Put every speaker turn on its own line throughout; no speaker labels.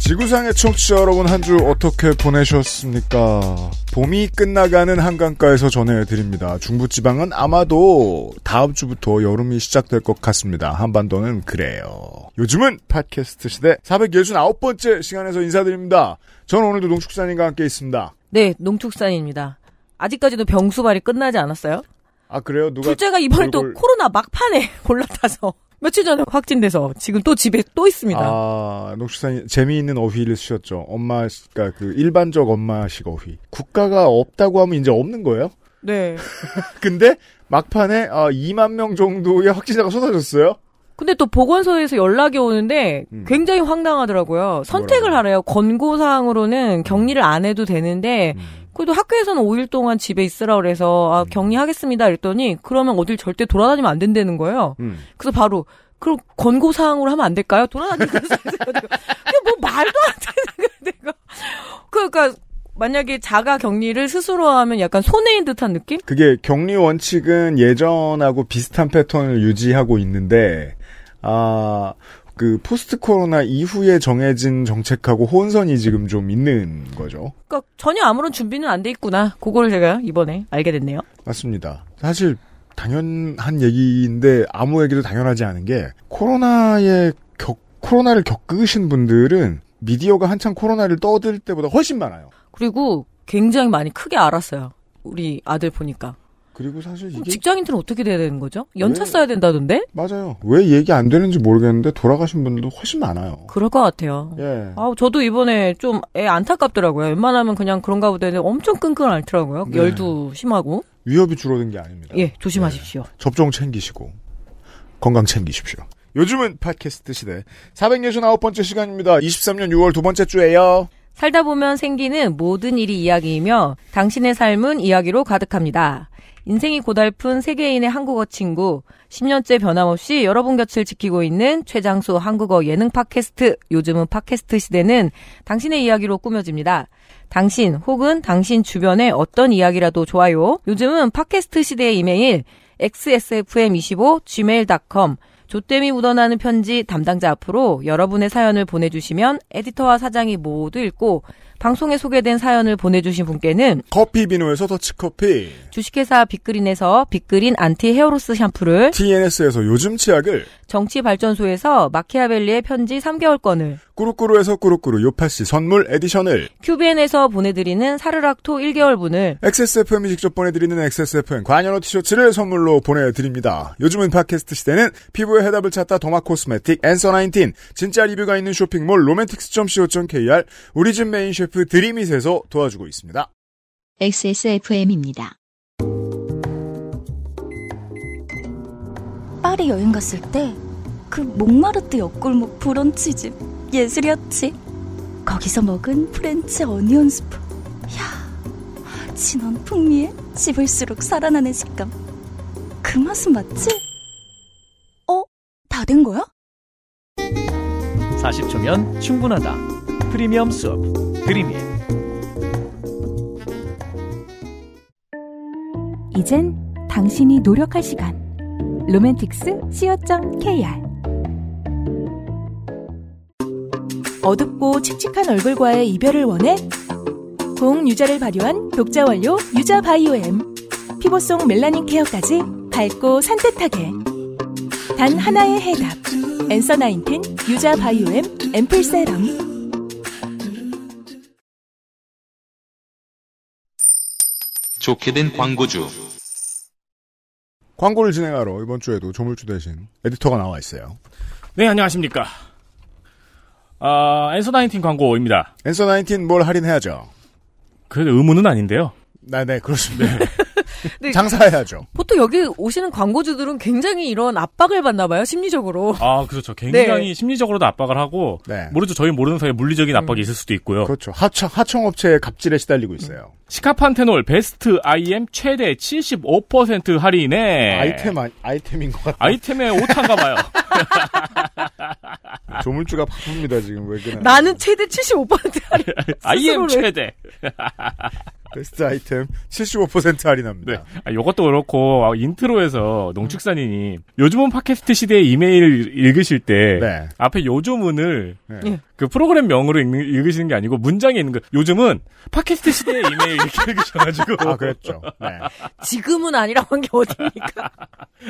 지구상의 청취자 여러분 한 주 어떻게 보내셨습니까? 봄이 끝나가는 한강가에서 전해드립니다. 중부지방은 아마도 다음 주부터 여름이 시작될 것 같습니다. 한반도는 그래요. 요즘은 팟캐스트 시대 469번째 시간에서 인사드립니다. 저는 오늘도 농축산인과 함께 있습니다.
네, 농축산입니다. 아직까지도 병수발이 끝나지 않았어요?
아 그래요? 누가
둘째가 이번에
얼굴-
또 코로나 막판에 올라타서 며칠 전에 확진돼서 지금 또 집에 또 있습니다.
아, 녹수산이 재미있는 어휘를 쓰셨죠. 엄마, 그러니까 그 일반적 엄마식 어휘. 국가가 없다고 하면 이제 없는 거예요?
네.
근데 막판에 아, 2만 명 정도의 확진자가 쏟아졌어요.
근데 또 보건소에서 연락이 오는데
음.
굉장히 황당하더라고요. 선택을
뭐라고요?
하래요. 권고사항으로는 격리를 안 해도 되는데
음.
그래도 학교에서는 5일 동안 집에 있으라 그래서 아, 격리하겠습니다 이랬더니 그러면 어딜 절대 돌아다니면 안 된다는 거예요.
음.
그래서 바로 그럼 권고 사항으로 하면 안 될까요? 돌아다니는 거뭐 말도 안 되는 거야 내가. 그러니까 만약에 자가 격리를 스스로 하면 약간 손해인 듯한 느낌?
그게 격리 원칙은 예전하고 비슷한 패턴을 유지하고 있는데 아, 그 포스트 코로나 이후에 정해진 정책하고 혼선이 지금 좀 있는 거죠.
그러니까 전혀 아무런 준비는 안 돼 있구나. 그거를 제가 이번에 알게 됐네요.
맞습니다. 사실 당연한 얘기인데 아무 얘기도 당연하지 않은 게 코로나에 겪 코로나를 겪으신 분들은 미디어가 한창 코로나를 떠들 때보다 훨씬 많아요.
그리고 굉장히 많이 크게 알았어요. 우리 아들 보니까.
그리고 사실
그럼
이게
직장인들은 어떻게 돼야 되는 거죠? 연차
왜?
써야 된다던데?
맞아요. 왜 얘기 안 되는지 모르겠는데 돌아가신 분들도 훨씬 많아요.
그럴 것 같아요.
예.
아, 저도 이번에 좀 애 안타깝더라고요. 웬만하면 그냥 그런가 보다 했는데 엄청 끙끙 앓더라고요.
네.
열도 심하고.
위협이 줄어든 게 아닙니다. 네.
예, 조심하십시오.
접종 챙기시고 건강 챙기십시오. 요즘은 팟캐스트 시대 469번째 시간입니다. 23년 6월 두 번째 주에요.
살다 보면 생기는 모든 일이 이야기이며 당신의 삶은 이야기로 가득합니다. 인생이 고달픈 세계인의 한국어 친구 10년째 변함없이 여러분 곁을 지키고 있는 최장수 한국어 예능 팟캐스트 요즘은 팟캐스트 시대는 당신의 이야기로 꾸며집니다. 당신 혹은 당신 주변의 어떤 이야기라도 좋아요. 요즘은 팟캐스트 시대의 이메일 xsfm25gmail.com 조땜이 묻어나는 편지 담당자 앞으로 여러분의 사연을 보내주시면 에디터와 사장이 모두 읽고 방송에 소개된 사연을 보내주신 분께는
커피 비누에서 더치커피
주식회사 빅그린에서 빅그린 안티 헤어로스 샴푸를
TNS에서 요즘 치약을
정치발전소에서 마키아벨리의 편지 3개월권을
꾸루꾸루에서 꾸루꾸루 요파시 선물 에디션을
QBN에서 보내드리는 사르락토 1개월분을
XSFM이 직접 보내드리는 XSFM 관여노 티셔츠를 선물로 보내드립니다. 요즘은 팟캐스트 시대는 피부의 해답을 찾다 도마 코스메틱 앤서 19 진짜 리뷰가 있는 쇼핑몰 로맨틱스.co.kr 우리 집 메인 셰프 드림잇에서 도와주고 있습니다.
XSFM입니다.
파리 여행 갔을 때 그 몽마르트 옆골목 브런치집 예술이었지. 거기서 먹은 프렌치 어니언 스프. 야, 진한 풍미에 씹을수록 살아나는 식감. 그 맛은 맞지? 어, 다 된 거야?
40초면 충분하다. 프리미엄 수업 드림인
이젠 당신이 노력할 시간. 로맨틱스 co.kr 어둡고 칙칙한 얼굴과의 이별을 원해? 고흥유자를 발효한 독자원료 유자바이오엠 피부 속 멜라닌 케어까지 밝고 산뜻하게 단 하나의 해답 엔서 나인틴 유자바이오엠 앰플 세럼
좋게 된 광고주.
광고를 진행하러 이번 주에도 조물주 대신 에디터가 나와 있어요.
네, 안녕하십니까. 아, 엔서 나인틴 광고입니다.
앤서 19뭘 할인해야죠.
그래도 의무는 아닌데요.
네, 뭐. 네, 그렇습니다.
근데
장사해야죠.
보통 여기 오시는 광고주들은 굉장히 이런 압박을 받나 봐요, 심리적으로.
아, 그렇죠. 굉장히
네.
심리적으로도 압박을 하고,
네.
모르죠. 저희 모르는 사이에 물리적인 압박이 있을 수도 있고요.
그렇죠. 하청 하청업체의 갑질에 시달리고 있어요.
시카판테놀 베스트 IM 최대 75% 할인에
아이템 아니, 아이템인 것 네. 같아.
아이템의 오타인가 봐요.
조물주가 바쁩니다 지금 왜 그래?
나는 최대 75% 할인.
IM 최대.
베스트 아이템 75% 할인합니다.
네. 아, 요것도 그렇고 아, 인트로에서 농축산인이 요즘은 팟캐스트 시대의 이메일 읽으실 때
네.
앞에 요즘은을
네.
그 프로그램 명으로 읽는, 읽으시는 게 아니고 문장에 있는 거 요즘은 팟캐스트 시대의 이메일 이렇게 읽으셔가지고
아 그랬죠. 네.
지금은 아니라고 한 게 어딥니까?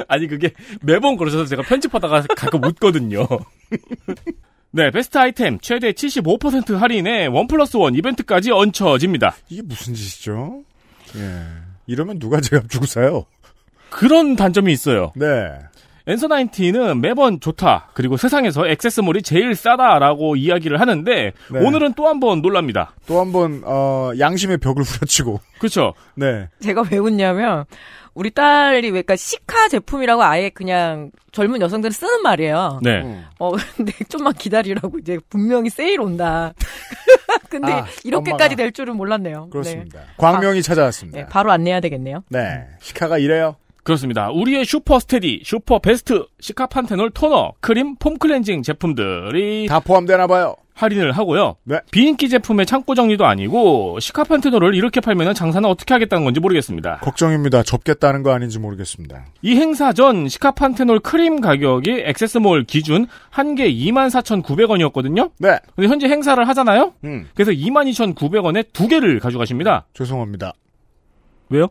아니 그게 매번 그러셔서 제가 편집하다가 가끔 웃거든요. 네, 베스트 아이템 최대 75% 할인에 원 플러스 원 이벤트까지 얹혀집니다.
이게 무슨 짓이죠? 예. 이러면 누가 제값 주고 사요?
그런 단점이 있어요.
네.
엔서 나인틴은 매번 좋다. 그리고 세상에서 액세스몰이 제일 싸다라고 이야기를 하는데
네.
오늘은 또 한 번 놀랍니다.
또한번 어, 양심의 벽을 후려치고.
그렇죠.
네.
제가 왜 웃냐면 우리 딸이 왜 그러니까 시카 제품이라고 아예 그냥 젊은 여성들이 쓰는 말이에요.
네.
어 근데 좀만 기다리라고 이제 분명히 세일 온다. 근데
아,
이렇게까지
엄마가.
될 줄은 몰랐네요. 네.
그렇습니다. 광명이 찾아왔습니다.
네,
네,
바로 안내해야 되겠네요.
시카가 이래요.
그렇습니다. 우리의 슈퍼 스테디, 슈퍼 베스트, 시카판테놀 토너, 크림, 폼 클렌징 제품들이
다 포함되나 봐요.
할인을 하고요.
네.
비인기 제품의 창고 정리도 아니고 시카판테놀을 이렇게 팔면 장사는 어떻게 하겠다는 건지 모르겠습니다.
걱정입니다. 접겠다는 거 아닌지 모르겠습니다.
이 행사 전 시카판테놀 크림 가격이 액세스몰 기준 한 개 24,900원이었거든요.
네.
근데 현재 행사를 하잖아요.
음.
그래서 22,900원에 두 개를 가져가십니다.
죄송합니다.
왜요?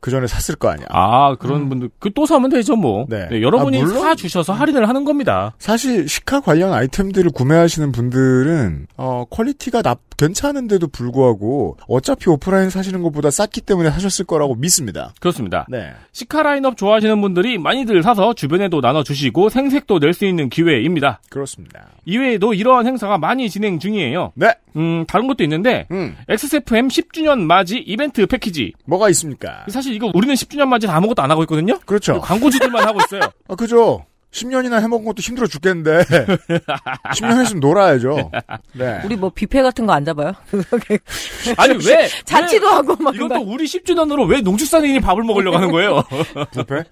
그 전에 샀을 거 아니야.
아 그런 분들 그 또 사면 되죠 뭐.
네.
네, 여러분이
아, 물론.
사 주셔서 할인을 하는 겁니다.
사실 시카 관련 아이템들을 구매하시는 분들은 어, 퀄리티가 나, 괜찮은데도 불구하고 어차피 오프라인 사시는 것보다 쌌기 때문에 사셨을 거라고 믿습니다.
그렇습니다.
네.
시카 라인업 좋아하시는 분들이 많이들 사서 주변에도 나눠주시고 생색도 낼 수 있는 기회입니다.
그렇습니다.
이외에도 이러한 행사가 많이 진행 중이에요.
네.
음, 다른 것도 있는데,
음.
XSFM 10주년 맞이 이벤트 패키지.
뭐가 있습니까?
사실 이거 우리는 10주년 맞이 아무것도 안 하고 있거든요?
그렇죠.
광고주들만 하고 있어요.
아, 그죠. 10년이나 해먹은 것도 힘들어 죽겠는데. 10년 했으면 놀아야죠. 네.
우리 뭐 뷔페 같은 거 안 잡아요?
그
아니, 왜?
잔치도
네.
하고
왜
막
이건 또 우리 10주년으로 왜 농축산인이 밥을 먹으려고 하는 거예요?
부패?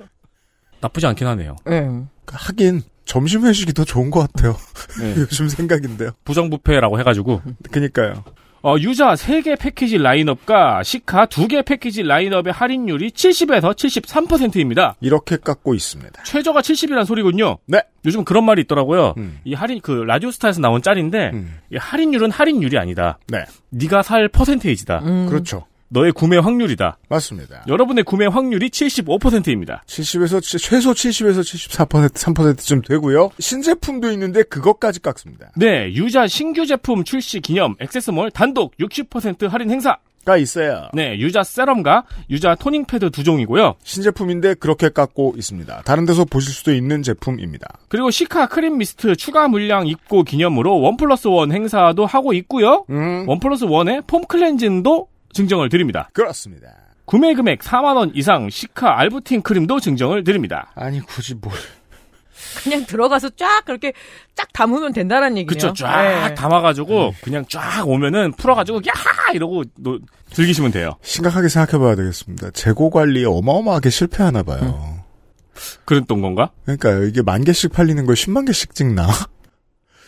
나쁘지 않긴 하네요.
응.
하긴, 점심 회식이 더 좋은 것 같아요.
네.
요즘 생각인데요.
부정부패라고 해가지고.
그니까요.
어, 유자 3개 패키지 라인업과 시카 2개 패키지 라인업의 할인율이 70에서 73%입니다.
이렇게 깎고 있습니다.
최저가 70이란 소리군요.
네.
요즘 그런 말이 있더라고요.
음.
이 할인 그 라디오스타에서 나온 짤인데
음.
이 할인율은 할인율이 아니다.
네.
네가 살 퍼센테이지다.
그렇죠.
너의 구매 확률이다.
맞습니다.
여러분의 구매 확률이 75%입니다.
70에서 최소 70에서 74% 3%쯤 되고요. 신제품도 있는데 그것까지 깎습니다.
네, 유자 신규 제품 출시 기념 액세스몰 단독 60% 할인 행사.
가 있어요.
네, 유자 세럼과 유자 토닝 패드 두 종이고요.
신제품인데 그렇게 깎고 있습니다. 다른 데서 보실 수도 있는 제품입니다.
그리고 시카 크림 미스트 추가 물량 입고 기념으로 원 플러스 원 행사도 하고 있고요.
음.
원 플러스 원에 폼 클렌징도 증정을 드립니다.
그렇습니다.
구매 금액 4만 원 이상 시카 알부틴 크림도 증정을 드립니다.
아니 굳이 뭘
그냥 들어가서 쫙 그렇게 쫙 담으면 된다는 얘기네요.
그쵸 쫙
네.
음.
담아가지고 그냥 쫙 오면은 풀어가지고 야하 이러고 노- 즐기시면 돼요.
심각하게 생각해봐야 되겠습니다. 재고 관리에 어마어마하게 실패하나
음.
봐요.
그랬던 건가?
그러니까 이게 만 개씩 팔리는 걸 10만 개씩 찍나?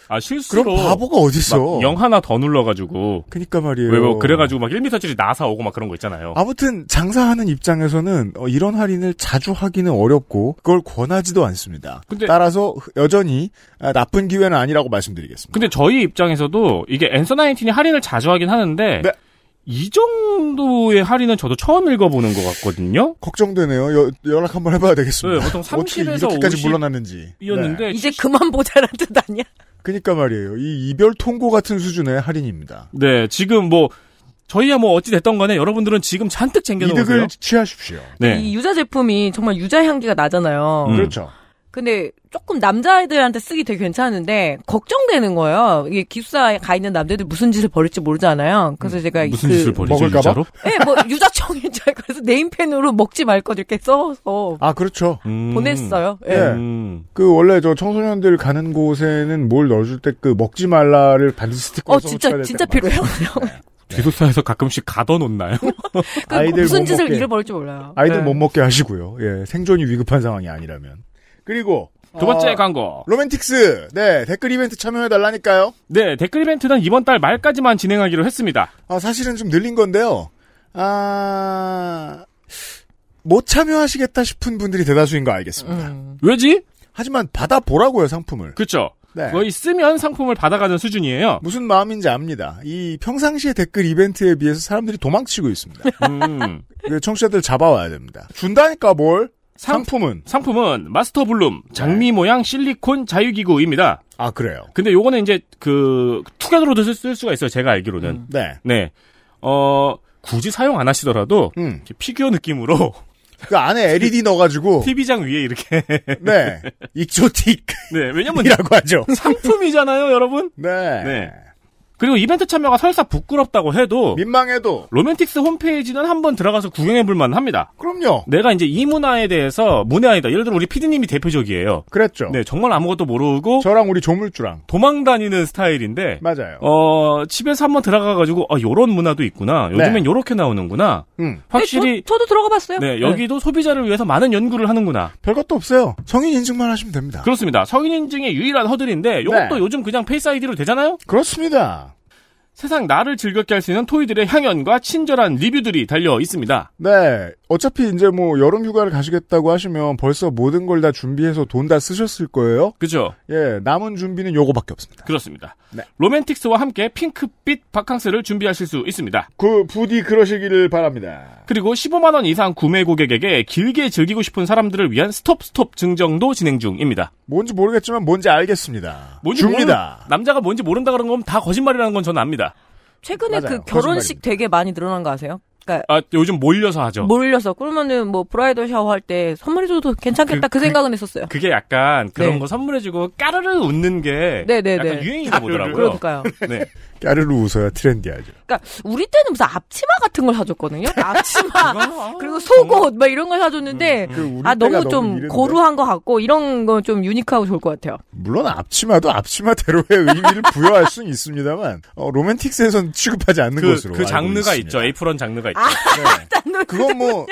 아 실수로
그럼 바보가 어디 있어?
막영 하나 더 눌러가지고
그러니까 말이에요.
왜 뭐 그래가지고 막 1m짜리 나사 오고 막 그런 거 있잖아요.
아무튼 장사하는 입장에서는 어, 이런 할인을 자주 하기는 어렵고 그걸 권하지도 않습니다.
근데-
따라서 여전히 아, 나쁜 기회는 아니라고 말씀드리겠습니다.
근데 저희 입장에서도 이게 엔서 나인틴이 할인을 자주 하긴 하는데
네.
이 정도의 할인은 저도 처음 읽어보는 것 같거든요.
걱정되네요. 여- 연락 한번 해봐야 되겠습니다.
네, 보통 30에서
어떻게 이렇게까지
50
물러났는지.
이었는데
네.
이제 그만 보자란 뜻 아니야?
그러니까 말이에요. 이 이별 통고 같은 수준의 할인입니다.
네, 지금 뭐 저희야 뭐 어찌 됐던 간에 여러분들은 지금 잔뜩 챙겨 놓으세요.
이득을 취하십시오.
네.
이 유자 제품이 정말 유자 향기가 나잖아요.
음.
그렇죠.
근데 조금 남자애들한테 쓰기 되게 괜찮은데 걱정되는 거예요. 이게 기숙사에 가 있는 남자들 무슨 짓을 벌일지 모르잖아요. 그래서 제가
음, 무슨
그,
짓을 벌이죠,
먹을까봐?
진짜로?
예, 뭐 유자청인 줄 알고 그래서 네임펜으로 먹지 말 것 이렇게 써서
아, 그렇죠.
음.
보냈어요. 예.
예.
음.
그 원래 저 청소년들 가는 곳에는 뭘 넣어줄 때 그 먹지 말라를 반드시 스티커로
어 진짜 진짜 필요해요.
기숙사에서 가끔씩 가둬 놓나요?
네.
그
아이들
무슨
못
짓을
먹게.
일을 벌일지 몰라요.
아이들
네.
예.
못 먹게 하시고요. 예, 생존이 위급한 상황이 아니라면. 그리고
두 번째
어,
광고.
로맨틱스 네 댓글 이벤트 참여해 달라니까요.
네, 댓글 이벤트는 이번 달 말까지만 진행하기로 했습니다.
아 사실은 좀 늘린 건데요. 아, 아못 참여하시겠다 싶은 분들이 대다수인 거 알겠습니다.
음.
왜지?
하지만 받아 보라고요 상품을.
그쵸.
네.
거의 쓰면 상품을 받아가는 수준이에요.
무슨 마음인지 압니다. 이 평상시의 댓글 이벤트에 비해서 사람들이 도망치고 있습니다.
음.
그 청취자들 잡아와야 됩니다. 준다니까 뭘? 상품은
상품은 마스터 블룸
네.
장미 모양 실리콘 자유기구입니다.
아 그래요.
근데 요거는 이제 그 투게더로도 쓸, 쓸 수가 있어요. 제가 알기로는.
네.
네. 어, 굳이 사용 안 하시더라도
음.
이렇게 피규어 느낌으로
그 안에 LED 넣어가지고
TV장 위에 이렇게
네 익조틱이라고
네, 왜냐면
하죠.
상품이잖아요, 여러분.
네.
네. 그리고 이벤트 참여가 설사 부끄럽다고 해도
민망해도
로맨틱스 홈페이지는 한번 들어가서 구경해 볼 만합니다.
그럼요.
내가 이제 이 문화에 대해서 문화이다. 예를 들어 우리 피디님이 대표적이에요.
그랬죠.
네, 정말 아무것도 모르고
저랑 우리 조물주랑
도망 다니는 스타일인데
맞아요.
어, 집에서 한번 들어가 가지고 아, 요런 문화도 있구나. 요즘엔
네.
요렇게 나오는구나.
음.
확실히
네, 저, 도 들어가 봤어요.
네, 여기도 소비자를 위해서 많은 연구를 하는구나.
별것도 없어요. 성인 인증만 하시면 됩니다.
그렇습니다. 성인 인증의 유일한 허들인데 이것도
네.
요즘 그냥 페이스 아이디로 되잖아요.
그렇습니다.
세상 나를 즐겁게 할 수 있는 토이들의 향연과 친절한 리뷰들이 달려 있습니다.
네. 어차피 이제 뭐 여름 휴가를 가시겠다고 하시면 벌써 모든 걸 다 준비해서 돈 다 쓰셨을 거예요.
그죠?
예. 남은 준비는 요거밖에 없습니다.
그렇습니다.
네.
로맨틱스와 함께 핑크빛 바캉스를 준비하실 수 있습니다.
그 부디 그러시기를 바랍니다.
그리고 15만 원 이상 구매 고객에게 길게 즐기고 싶은 사람들을 위한 스톱 스톱 증정도 진행 중입니다.
뭔지 모르겠지만 뭔지 알겠습니다.
뭔지
줍니다.
모르- 남자가 뭔지 모른다 그런 건 다 거짓말이라는 건 저는 압니다.
최근에
맞아요.
그 결혼식
거짓말입니다. 어.
되게 많이 늘어난 거 아세요? 그러니까
아, 요즘 몰려서 하죠.
몰려서 그러면은 뭐 브라이더 샤워 할 때 선물해줘도 괜찮겠다 그,
그-
생각은 했었어요.
그게 약간 그런
네.
거 선물해주고 까르르 웃는 게
네네네.
약간 유행인가 보더라고요.
그러니까요.
네.
까르르 웃어야 트렌디하죠.
그러니까 우리 때는 무슨 앞치마 같은 걸 사줬거든요.
아, 어.
앞치마 그리고 속옷 막 이런 걸 사줬는데
그 우리
아
때가
너무 좀
이랬는데.
고루한 것 같고 이런 건 좀 유니크하고 좋을 것 같아요.
물론 앞치마도 앞치마대로의 의미를 부여할 수는 있습니다만 어, 로맨틱스에선 취급하지 않는
그,
것으로
그
알고
장르가
있습니다. 아.
있죠. 에이프런 장르가 있죠.
그건 뭐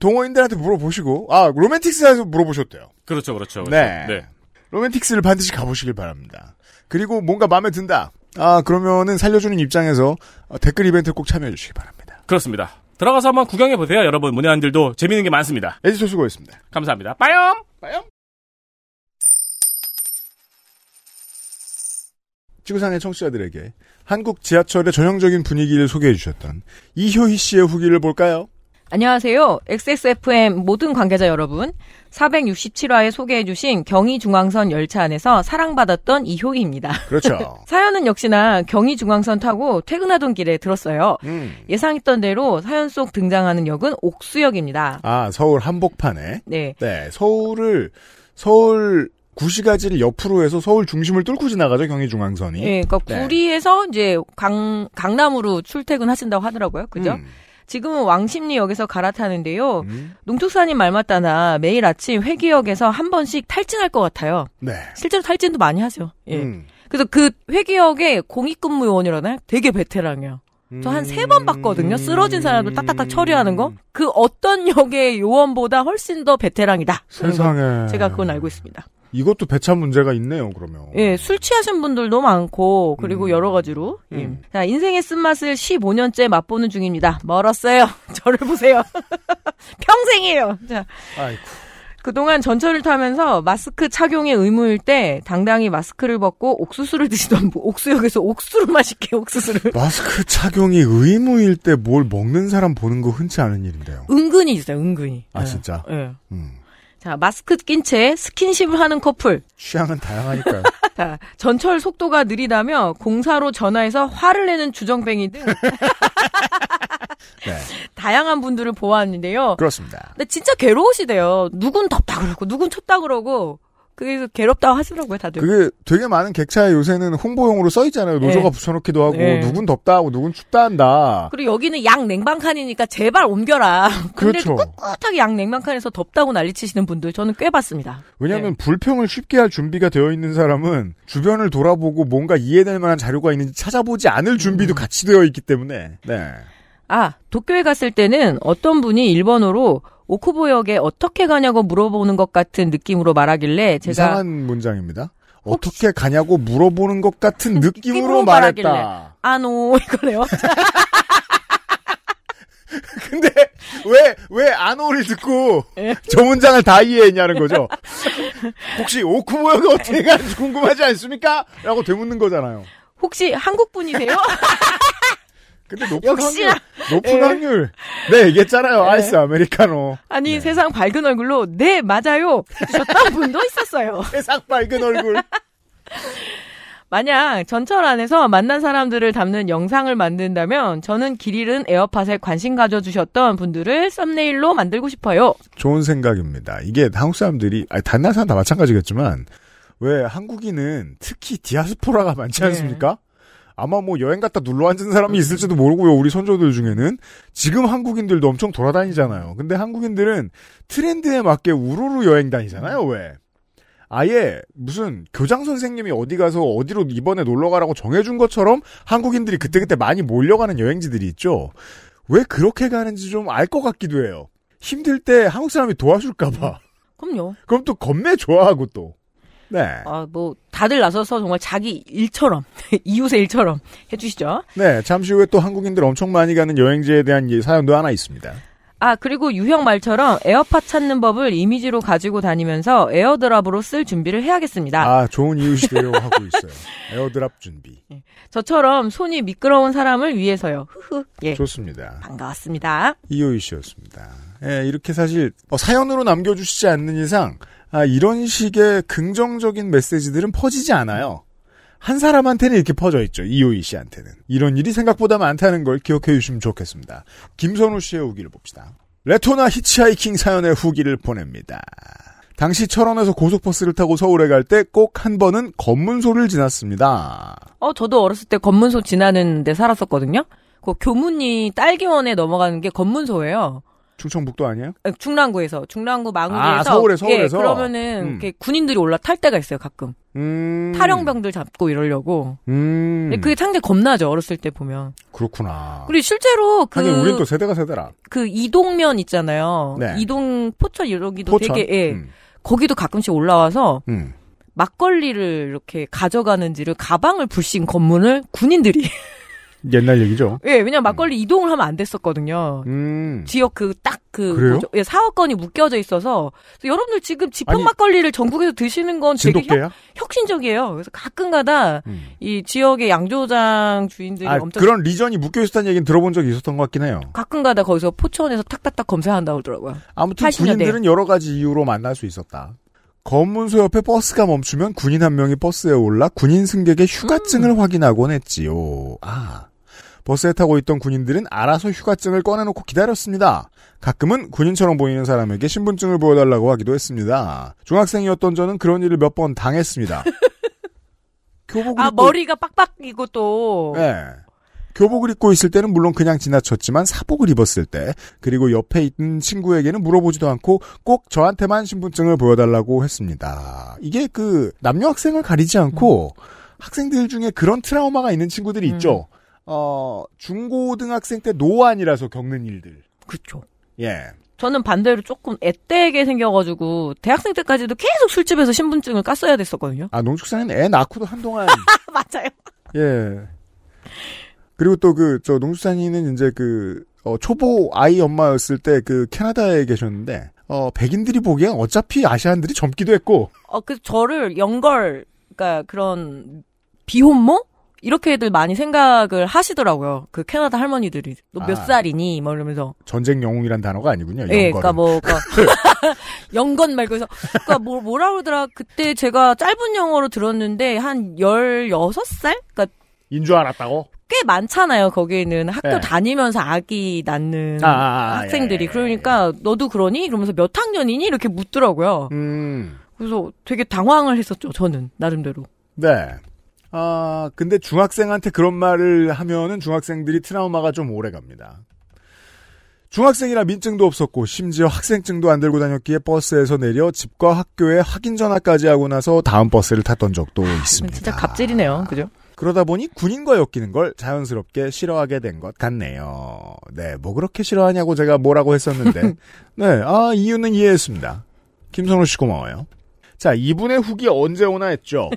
동호인들한테 물어보시고 아 로맨틱스에서 물어보셨대요.
그렇죠, 그렇죠. 그렇죠.
네.
네.
로맨틱스를 반드시 가보시길 바랍니다. 그리고 뭔가 마음에 든다. 아 그러면은 살려주는 입장에서 어, 댓글 이벤트 꼭 참여해 주시기 바랍니다.
그렇습니다. 들어가서 한번 구경해 보세요, 여러분. 문외한들도 재밌는 게 많습니다.
에디터 수고했습니다.
감사합니다. 빠염.
지구상의 청취자들에게 한국 지하철의 전형적인 분위기를 소개해 주셨던 이효희 씨의 후기를 볼까요?
안녕하세요. XSFM 모든 관계자 여러분. 467화에 소개해주신 경의중앙선 열차 안에서 사랑받았던 이효기입니다.
그렇죠.
사연은 역시나 경의중앙선 타고 퇴근하던 길에 들었어요.
음.
예상했던 대로 사연 속 등장하는 역은 옥수역입니다.
아 서울 한복판에
네.
네, 서울을 서울 구시가지를 옆으로 해서 서울 중심을 뚫고 지나가죠 경의중앙선이.
예, 그러니까
네.
구리에서 이제 강 강남으로 출퇴근하신다고 하더라고요. 그죠?
음,
지금은 왕십리역에서 갈아타는데요.
음.
농축사님 말 맞다나 매일 아침 회기역에서 한 번씩 탈진할 것 같아요.
네.
실제로 탈진도 많이 하죠. 예.
음.
그래서 그 회기역의 공익근무요원이라나 되게 베테랑이에요. 저 한 세 번 봤거든요. 쓰러진 사람들 딱딱딱 처리하는 거. 그 어떤 역의 요원보다 훨씬 더 베테랑이다.
세상에.
제가 그건 알고 있습니다.
이것도 배차 문제가 있네요. 그러면.
예, 술 취하신 분들도 많고
음.
그리고 여러 가지로. 예. 자, 인생의 쓴맛을 15년째 맛보는 중입니다. 멀었어요. 저를 보세요. 평생이에요. 자.
아이고.
그동안 전철을 타면서 마스크 착용의 의무일 때 당당히 마스크를 벗고 옥수수를 드시던 분, 옥수역에서 옥수를 마실게 옥수수를
마스크 착용이 의무일 때 뭘 먹는 사람 보는 거 흔치 않은 일인데요.
은근히 있어요. 은근히.
아 진짜.
예. 예.
음.
자, 마스크 낀 채 스킨십을 하는 커플.
취향은 다양하니까요.
자, 전철 속도가 느리다며 공사로 전화해서 화를 내는 주정뱅이 등.
네.
다양한 분들을 보았는데요.
그렇습니다.
근데 진짜 괴로우시대요. 누군 덥다 그러고 누군 춥다 그러고 그래서 괴롭다고 하시더라고요 다들.
그게 되게 많은 객차에 요새는 홍보용으로 써 있잖아요.
네.
노조가 붙여놓기도 하고
네.
누군 덥다 하고 누군 춥다 한다.
그리고 여기는 양 냉방칸이니까 제발 옮겨라. 근데
그렇죠.
꿋꿋하게 양 냉방칸에서 덥다고 난리치시는 분들 저는 꽤 봤습니다.
왜냐하면
네.
불평을 쉽게 할 준비가 되어 있는 사람은 주변을 돌아보고 뭔가 이해될 만한 자료가 있는지 찾아보지 않을 준비도
음.
같이 되어 있기 때문에 네.
아, 도쿄에 갔을 때는 어떤 분이 일본어로 오쿠보역에 어떻게 가냐고 물어보는 것 같은 느낌으로 말하길래 제가
이상한 문장입니다. 어떻게 가냐고 물어보는 것 같은 느낌으로
느낌으로
말했다.
말하길래. 아노 이거래요.
근데 왜 왜 안오를 듣고
예.
저 문장을 다 이해했냐는 거죠. 혹시 오쿠모여가 어떻게 가는지 궁금하지 않습니까? 라고 되묻는 거잖아요.
혹시 한국 분이세요?
근데 높은
역시나. 예.
확률, 높은 확률. 네, 얘기했잖아요. 아이스 아메리카노.
아니 세상 밝은 얼굴로 네 맞아요 주셨던 분도 있었어요.
세상 밝은 얼굴.
만약 전철 안에서 만난 사람들을 담는 영상을 만든다면 저는 길 잃은 에어팟에 관심 가져주셨던 분들을 썸네일로 만들고 싶어요.
좋은 생각입니다. 이게 한국 사람들이, 아니, 단나사람다 마찬가지겠지만, 왜 한국인은 특히 디아스포라가 많지 않습니까? 아마 뭐 여행 갔다 눌러 앉은 사람이 있을지도 모르고요. 우리 선조들 중에는 지금 한국인들도 엄청 돌아다니잖아요. 근데 한국인들은 트렌드에 맞게 우르르 여행 다니잖아요. 왜? 아예 무슨 교장 선생님이 어디 가서 어디로 이번에 놀러 가라고 정해준 것처럼 한국인들이 그때그때 많이 몰려가는 여행지들이 있죠. 왜 그렇게 가는지 좀 알 것 같기도 해요. 힘들 때 한국 사람이 도와줄까봐.
그럼요.
그럼 또 겁내 좋아하고 또. 네.
아 뭐 다들 나서서 정말 자기 일처럼 이웃의 일처럼 해주시죠.
네. 잠시 후에 또 한국인들 엄청 많이 가는 여행지에 대한 이 사연도 하나 있습니다.
아, 그리고 유형 말처럼 에어팟 찾는 법을 이미지로 가지고 다니면서 에어드랍으로 쓸 준비를 해야겠습니다.
아, 좋은 이웃이래요 하고 있어요. 에어드랍 준비.
저처럼 손이 미끄러운 사람을 위해서요. 흐흐. 예.
좋습니다.
반가웠습니다.
이효희 씨였습니다. 예, 이렇게 사실 어, 사연으로 남겨주시지 않는 이상 아, 이런 식의 긍정적인 메시지들은 퍼지지 않아요. 한 사람한테는 이렇게 퍼져 있죠. 이효희 씨한테는. 이런 일이 생각보다 많다는 걸 기억해 주시면 좋겠습니다. 김선우 씨의 후기를 봅시다. 레토나 히치하이킹 사연의 후기를 보냅니다. 당시 철원에서 고속버스를 타고 서울에 갈 때 꼭 한 번은 검문소를 지났습니다.
어, 저도 어렸을 때 검문소 지나는 데 살았었거든요. 그 교문이 딸기원에 넘어가는 게 검문소예요.
충청북도 아니에요?
아, 중랑구에서 중랑구 망우리에서
아, 서울에,
예,
서울에서?
그러면은
음.
이렇게 군인들이 올라탈 때가 있어요 가끔
음.
탈영병들 잡고 이러려고
음.
근데 그게 상당히 겁나죠 어렸을 때 보면
그렇구나.
그리고 실제로 그
하긴 우린 또 세대가 세대라.
그 이동면 있잖아요.
네.
이동 포천 이러기도
포천.
되게 예.
음.
거기도 가끔씩 올라와서
음.
막걸리를 이렇게 가져가는지를 가방을 불신 검문을 군인들이
옛날 얘기죠.
예 왜냐 면 막걸리 이동을 하면 안 됐었거든요.
음.
지역 그 딱 그
그래요?
예, 사업권이 묶여져 있어서 그래서 여러분들 지금 지평
아니,
막걸리를 전국에서 드시는 건 되게 혁,
진돗개야?
혁신적이에요. 그래서 가끔가다
음.
이 지역의 양조장 주인들이
아,
엄청
그런 리전이 묶여 있었다는 얘기는 들어본 적이 있었던 것 같긴 해요.
가끔가다 거기서 포천에서 탁탁탁 검사한다고 그러더라고요.
아무튼
80 년대.
군인들은 여러 가지 이유로 만날 수 있었다. 검문소 옆에 버스가 멈추면 군인 한 명이 버스에 올라 군인 승객의 휴가증을
음.
확인하곤 했지요. 아. 버스에 타고 있던 군인들은 알아서 휴가증을 꺼내놓고 기다렸습니다. 가끔은 군인처럼 보이는 사람에게 신분증을 보여달라고 하기도 했습니다. 중학생이었던 저는 그런 일을 몇 번 당했습니다. 교복을
아
입고
머리가 빡빡이고 또
네. 교복을 입고 있을 때는 물론 그냥 지나쳤지만 사복을 입었을 때 그리고 옆에 있는 친구에게는 물어보지도 않고 꼭 저한테만 신분증을 보여달라고 했습니다. 이게 그 남녀 학생을 가리지 않고 학생들 중에 그런 트라우마가 있는 친구들이 있죠. 어 중고등학생 때 노안이라서 겪는 일들.
그렇죠.
예.
저는 반대로 조금 애때게 생겨가지고 대학생 때까지도 계속 술집에서 신분증을 깠어야 됐었거든요.
아 농축사는 애 낳고도 한동안
맞아요.
예. 그리고 또 그 저 농수산인은 이제 그 어, 초보 아이 엄마였을 때 그 캐나다에 계셨는데 어 백인들이 보기엔 어차피 아시안들이 젊기도 했고
어, 그 저를 연걸, 그러니까 그런 비혼모 이렇게들 많이 생각을 하시더라고요. 그 캐나다 할머니들이 너 몇
아.
살이니? 막 이러면서
전쟁 영웅이란 단어가 아니군요.
예,
영걸은.
그러니까 뭐 그러니까 연건 말고서 그러니까 뭐 뭐라 그러더라. 그때 제가 짧은 영어로 들었는데 한 16살? 그러니까
인줄 알았다고?
꽤 많잖아요. 거기는 학교
예.
다니면서 아기 낳는
아, 아, 아,
학생들이
예, 예,
그러니까 너도 그러니? 이러면서 몇 학년이니? 이렇게 묻더라고요.
음,
그래서 되게 당황을 했었죠. 저는 나름대로.
네. 아, 근데 중학생한테 그런 말을 하면은 중학생들이 트라우마가 좀 오래 갑니다. 중학생이라 민증도 없었고 심지어 학생증도 안 들고 다녔기에 버스에서 내려 집과 학교에 확인 전화까지 하고 나서 다음 버스를 탔던 적도 있습니다.
진짜 갑질이네요. 그죠?
그러다 보니 군인과 엮이는 걸 자연스럽게 싫어하게 된 것 같네요. 네, 뭐 그렇게 싫어하냐고 제가 뭐라고 했었는데. 네, 아, 이유는 이해했습니다. 김선호 씨 고마워요. 자, 이분의 후기 언제 오나 했죠?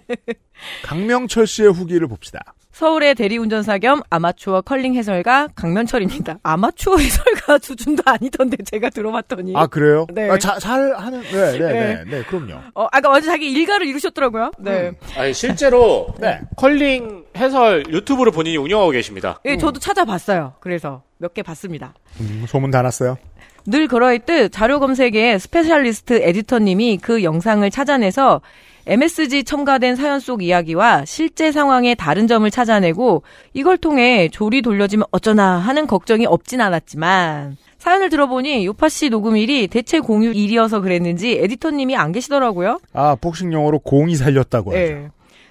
강명철 씨의 후기를 봅시다.
서울의 대리운전사 겸 아마추어 컬링 해설가 강면철입니다. 아마추어 해설가 수준도 아니던데 제가 들어봤더니.
아, 그래요?
네.
아, 자- 잘 하는, 네, 네, 네, 네, 그럼요.
어, 아까 완전 자기 일가를 이루셨더라고요.
음.
네.
아니 실제로
네.
컬링 해설 유튜브를 본인이 운영하고 계십니다.
예, 저도 찾아봤어요. 그래서 몇 개 봤습니다.
음, 소문 다 났어요.
늘 그러했듯 자료 검색에 스페셜리스트 에디터님이 그 영상을 찾아내서 MSG 첨가된 사연 속 이야기와 실제 상황의 다른 점을 찾아내고 이걸 통해 조리 돌려지면 어쩌나 하는 걱정이 없진 않았지만 사연을 들어보니 요파 씨 녹음일이 대체 공유 일이어서 그랬는지 에디터님이 안 계시더라고요.
아, 복싱 용어로 공이 살렸다고 하죠.
예.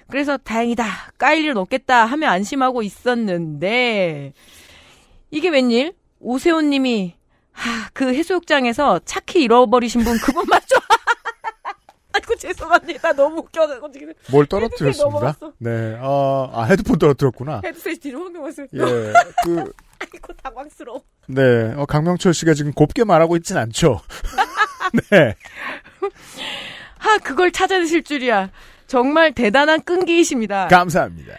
그래서 다행이다. 까일 일은 없겠다 하며 안심하고 있었는데 이게 웬일? 오세훈 님이 하, 그 해수욕장에서 차키 잃어버리신 분 그분 맞죠? 아이고 죄송합니다. 너무 웃겨가지고 지금
뭘
헤드셋
떨어뜨렸습니다.
넘어갔어.
네, 아, 아, 헤드폰 떨어뜨렸구나.
헤드셋 뒤로 황경했어요.
예, 그,
아이고 당황스러워.
네, 어, 강명철 씨가 지금 곱게 말하고 있진 않죠. 네,
하 그걸 찾아내실 줄이야. 정말 대단한 끈기이십니다.
감사합니다.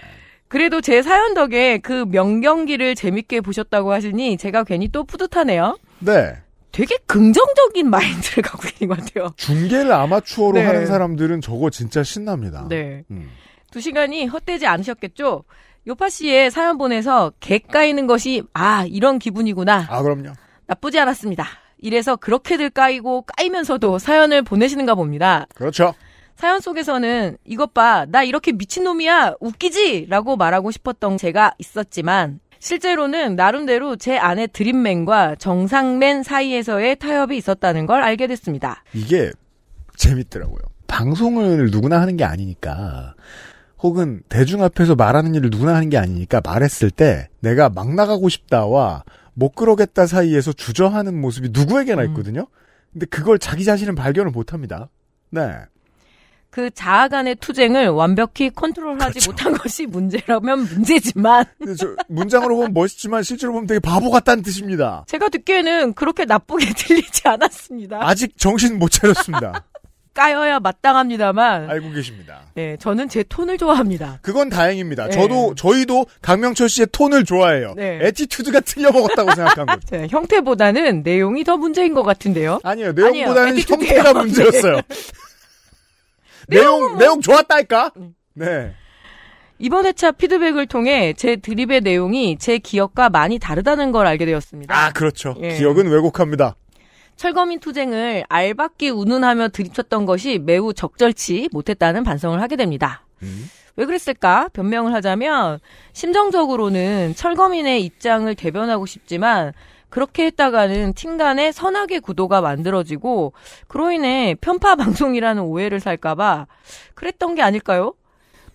그래도 제 사연 덕에 그 명경기를 재밌게 보셨다고 하시니 제가 괜히 또 뿌듯하네요.
네,
되게 긍정적인 마인드를 갖고 계신 것 같아요.
중계를 아마추어로
네.
하는 사람들은 저거 진짜 신납니다.
네.
음.
두 시간이 헛되지 않으셨겠죠? 요파 씨의 사연 보내서 객 까이는 것이, 아, 이런 기분이구나.
아, 그럼요.
나쁘지 않았습니다. 이래서 그렇게들 까이고 까이면서도 사연을 보내시는가 봅니다.
그렇죠.
사연 속에서는 이것 봐, 나 이렇게 미친놈이야, 웃기지? 라고 말하고 싶었던 제가 있었지만, 실제로는 나름대로 제 아내 드림맨과 정상맨 사이에서의 타협이 있었다는 걸 알게 됐습니다.
이게 재밌더라고요. 방송을 누구나 하는 게 아니니까, 혹은 대중 앞에서 말하는 일을 누구나 하는 게 아니니까 말했을 때 내가 막 나가고 싶다와 못 그러겠다 사이에서 주저하는 모습이 누구에게나
음.
있거든요. 근데 그걸 자기 자신은 발견을 못합니다. 네.
그 자아 간의 투쟁을 완벽히 컨트롤하지
그렇죠.
못한 것이 문제라면 문제지만
근데 저 문장으로 보면 멋있지만 실제로 보면 되게 바보 같다는 뜻입니다.
제가 듣기에는 그렇게 나쁘게 들리지 않았습니다.
아직 정신 못 차렸습니다.
까여야 마땅합니다만
알고 계십니다.
네, 저는 제 톤을 좋아합니다.
그건 다행입니다.
네.
저도 저희도 강명철 씨의 톤을 좋아해요.
네.
에티튜드가 틀려먹었다고 생각한 거죠.
네, 형태보다는 내용이 더 문제인 것 같은데요.
아니에요. 내용보다는
아니에요. 에티튜드예요.
형태가 문제였어요. 내용 내용 좋았다니까. 네.
이번 회차 피드백을 통해 제 드립의 내용이 제 기억과 많이 다르다는 걸 알게 되었습니다.
아 그렇죠.
예.
기억은 왜곡합니다.
철거민 투쟁을 알밖에 운운하며 들이쳤던 것이 매우 적절치 못했다는 반성을 하게 됩니다. 왜 그랬을까? 변명을 하자면 심정적으로는 철거민의 입장을 대변하고 싶지만 그렇게 했다가는 팀 간의 선악의 구도가 만들어지고 그로 인해 편파 방송이라는 오해를 살까봐 그랬던 게 아닐까요?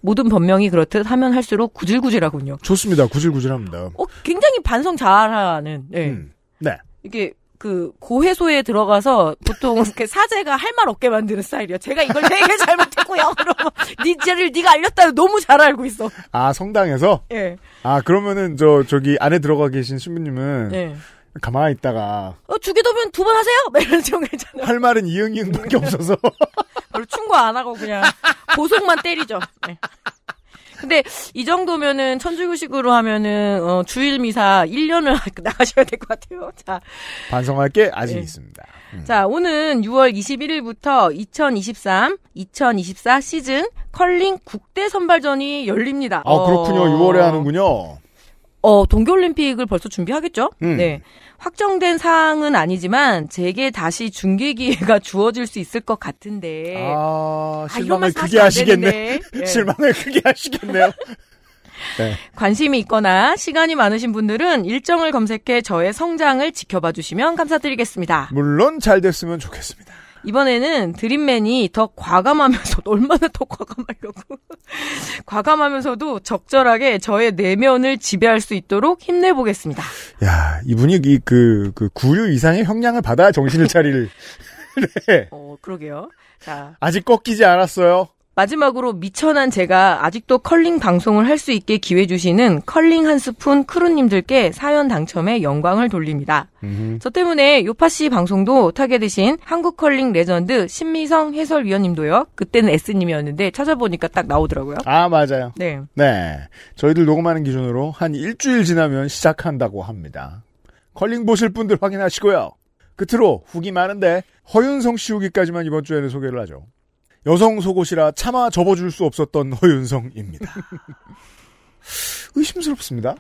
모든 변명이 그렇듯 하면 할수록 구질구질하군요.
좋습니다. 구질구질합니다.
어, 굉장히 반성 잘하는. 예.
음. 네.
이게 그 고해소에 들어가서 보통 이렇게 사제가 할 말 없게 만드는 스타일이야. 제가 이걸 되게 잘못했고요. 그러면 니제를 네가 알렸다. 너무 잘 알고 있어.
아 성당에서
예,
아 그러면은 저 저기 안에 들어가 계신 신부님은
예.
가만히 있다가
어, 주기도면 두 번 하세요. 막 이런 식으로 했잖아.
할 말은 이응이응밖에 없어서
별로 충고 안 하고 그냥 보석만 때리죠. 예. 근데 이 정도면은 천주교식으로 하면은 어, 주일 미사 1년을 나가셔야 될 것 같아요. 자,
반성할 게 아직
네.
있습니다.
자, 오는 6월 21일부터 2023, 2024 시즌 컬링 국대 선발전이 열립니다.
아 그렇군요. 6월에 하는군요.
어, 동계올림픽을 벌써 준비하겠죠?
음.
네. 확정된 사항은 아니지만 제게 다시 중계 기회가 주어질 수 있을 것 같은데.
아
이런
실망을
말씀 하시면
크게
안
하시겠네.
되는데. 예.
실망을 크게 하시겠네요. 네.
관심이 있거나 시간이 많으신 분들은 일정을 검색해 저의 성장을 지켜봐 주시면 감사드리겠습니다.
물론 잘 됐으면 좋겠습니다.
이번에는 드림맨이 더 과감하면서도 얼마나 더 과감하려고 과감하면서도 적절하게 저의 내면을 지배할 수 있도록 힘내보겠습니다.
야, 이분이 이 그, 그 구유 이상의 형량을 받아야 정신을 차릴. 네.
어 그러게요. 자
아직 꺾이지 않았어요.
마지막으로 미천한 제가 아직도 컬링 방송을 할 수 있게 기회 주시는 컬링 한 스푼 크루님들께 사연 당첨에 영광을 돌립니다. 저 때문에 요파 씨 방송도 타게 되신 한국 컬링 레전드 신미성 해설위원님도요. 그때는 S님이었는데 찾아보니까 딱 나오더라고요.
아, 맞아요.
네.
네. 저희들 녹음하는 기준으로 한 일주일 지나면 시작한다고 합니다. 컬링 보실 분들 확인하시고요. 끝으로 후기 많은데 허윤성 씨 후기까지만 이번 주에는 소개를 하죠. 여성 속옷이라 차마 접어줄 수 없었던 허윤성입니다. 의심스럽습니다.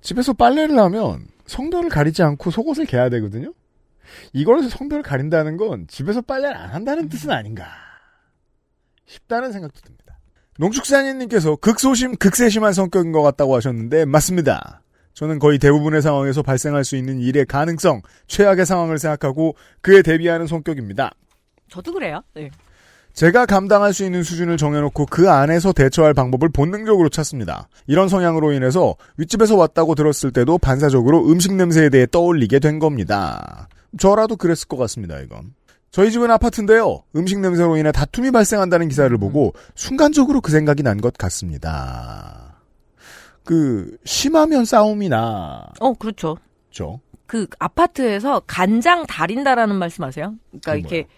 집에서 빨래를 하면 성별을 가리지 않고 속옷을 개야 되거든요. 이걸 성별을 가린다는 건 집에서 빨래를 안 한다는 뜻은 아닌가 싶다는 생각도 듭니다. 농축산인님께서 극소심, 극세심한 성격인 것 같다고 하셨는데, 맞습니다. 저는 거의 대부분의 상황에서 발생할 수 있는 일의 가능성, 최악의 상황을 생각하고 그에 대비하는 성격입니다.
저도 그래요. 네.
제가 감당할 수 있는 수준을 정해놓고 그 안에서 대처할 방법을 본능적으로 찾습니다. 이런 성향으로 인해서 윗집에서 왔다고 들었을 때도 반사적으로 음식 냄새에 대해 떠올리게 된 겁니다. 저라도 그랬을 것 같습니다, 이건. 저희 집은 아파트인데요. 음식 냄새로 인해 다툼이 발생한다는 기사를 보고 순간적으로 그 생각이 난 것 같습니다. 그, 심하면 싸움이 나죠.
어 그렇죠. 그 아파트에서 간장 달인다라는 말씀 아세요? 그러니까
그건
이렇게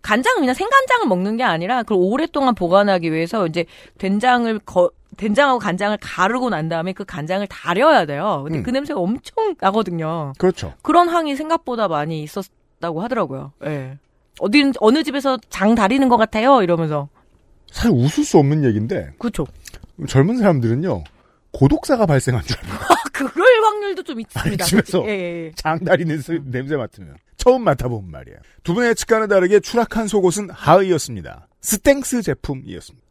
간장 그냥 생간장을 먹는 게 아니라 그걸 오랫동안 보관하기 위해서 이제 된장을 거 된장하고 간장을 가르고 난 다음에 그 간장을 달여야 돼요. 근데
음.
그 냄새가 엄청 나거든요.
그렇죠.
그런 항이 생각보다 많이 있었다고 하더라고요. 예. 어디 어느 집에서 장 다리는 것 같아요 이러면서
사실 웃을 수 없는 얘기인데,
그렇죠.
젊은 사람들은요, 고독사가 발생한 줄 알아요.
그럴 확률도 좀 있습니다.
아니, 집에서.
예, 예, 예.
장다리 냄새, 냄새 맡으면. 처음 맡아본 말이에요. 두 분의 예측과는 다르게 추락한 속옷은 하의였습니다. 스탱스 제품이었습니다.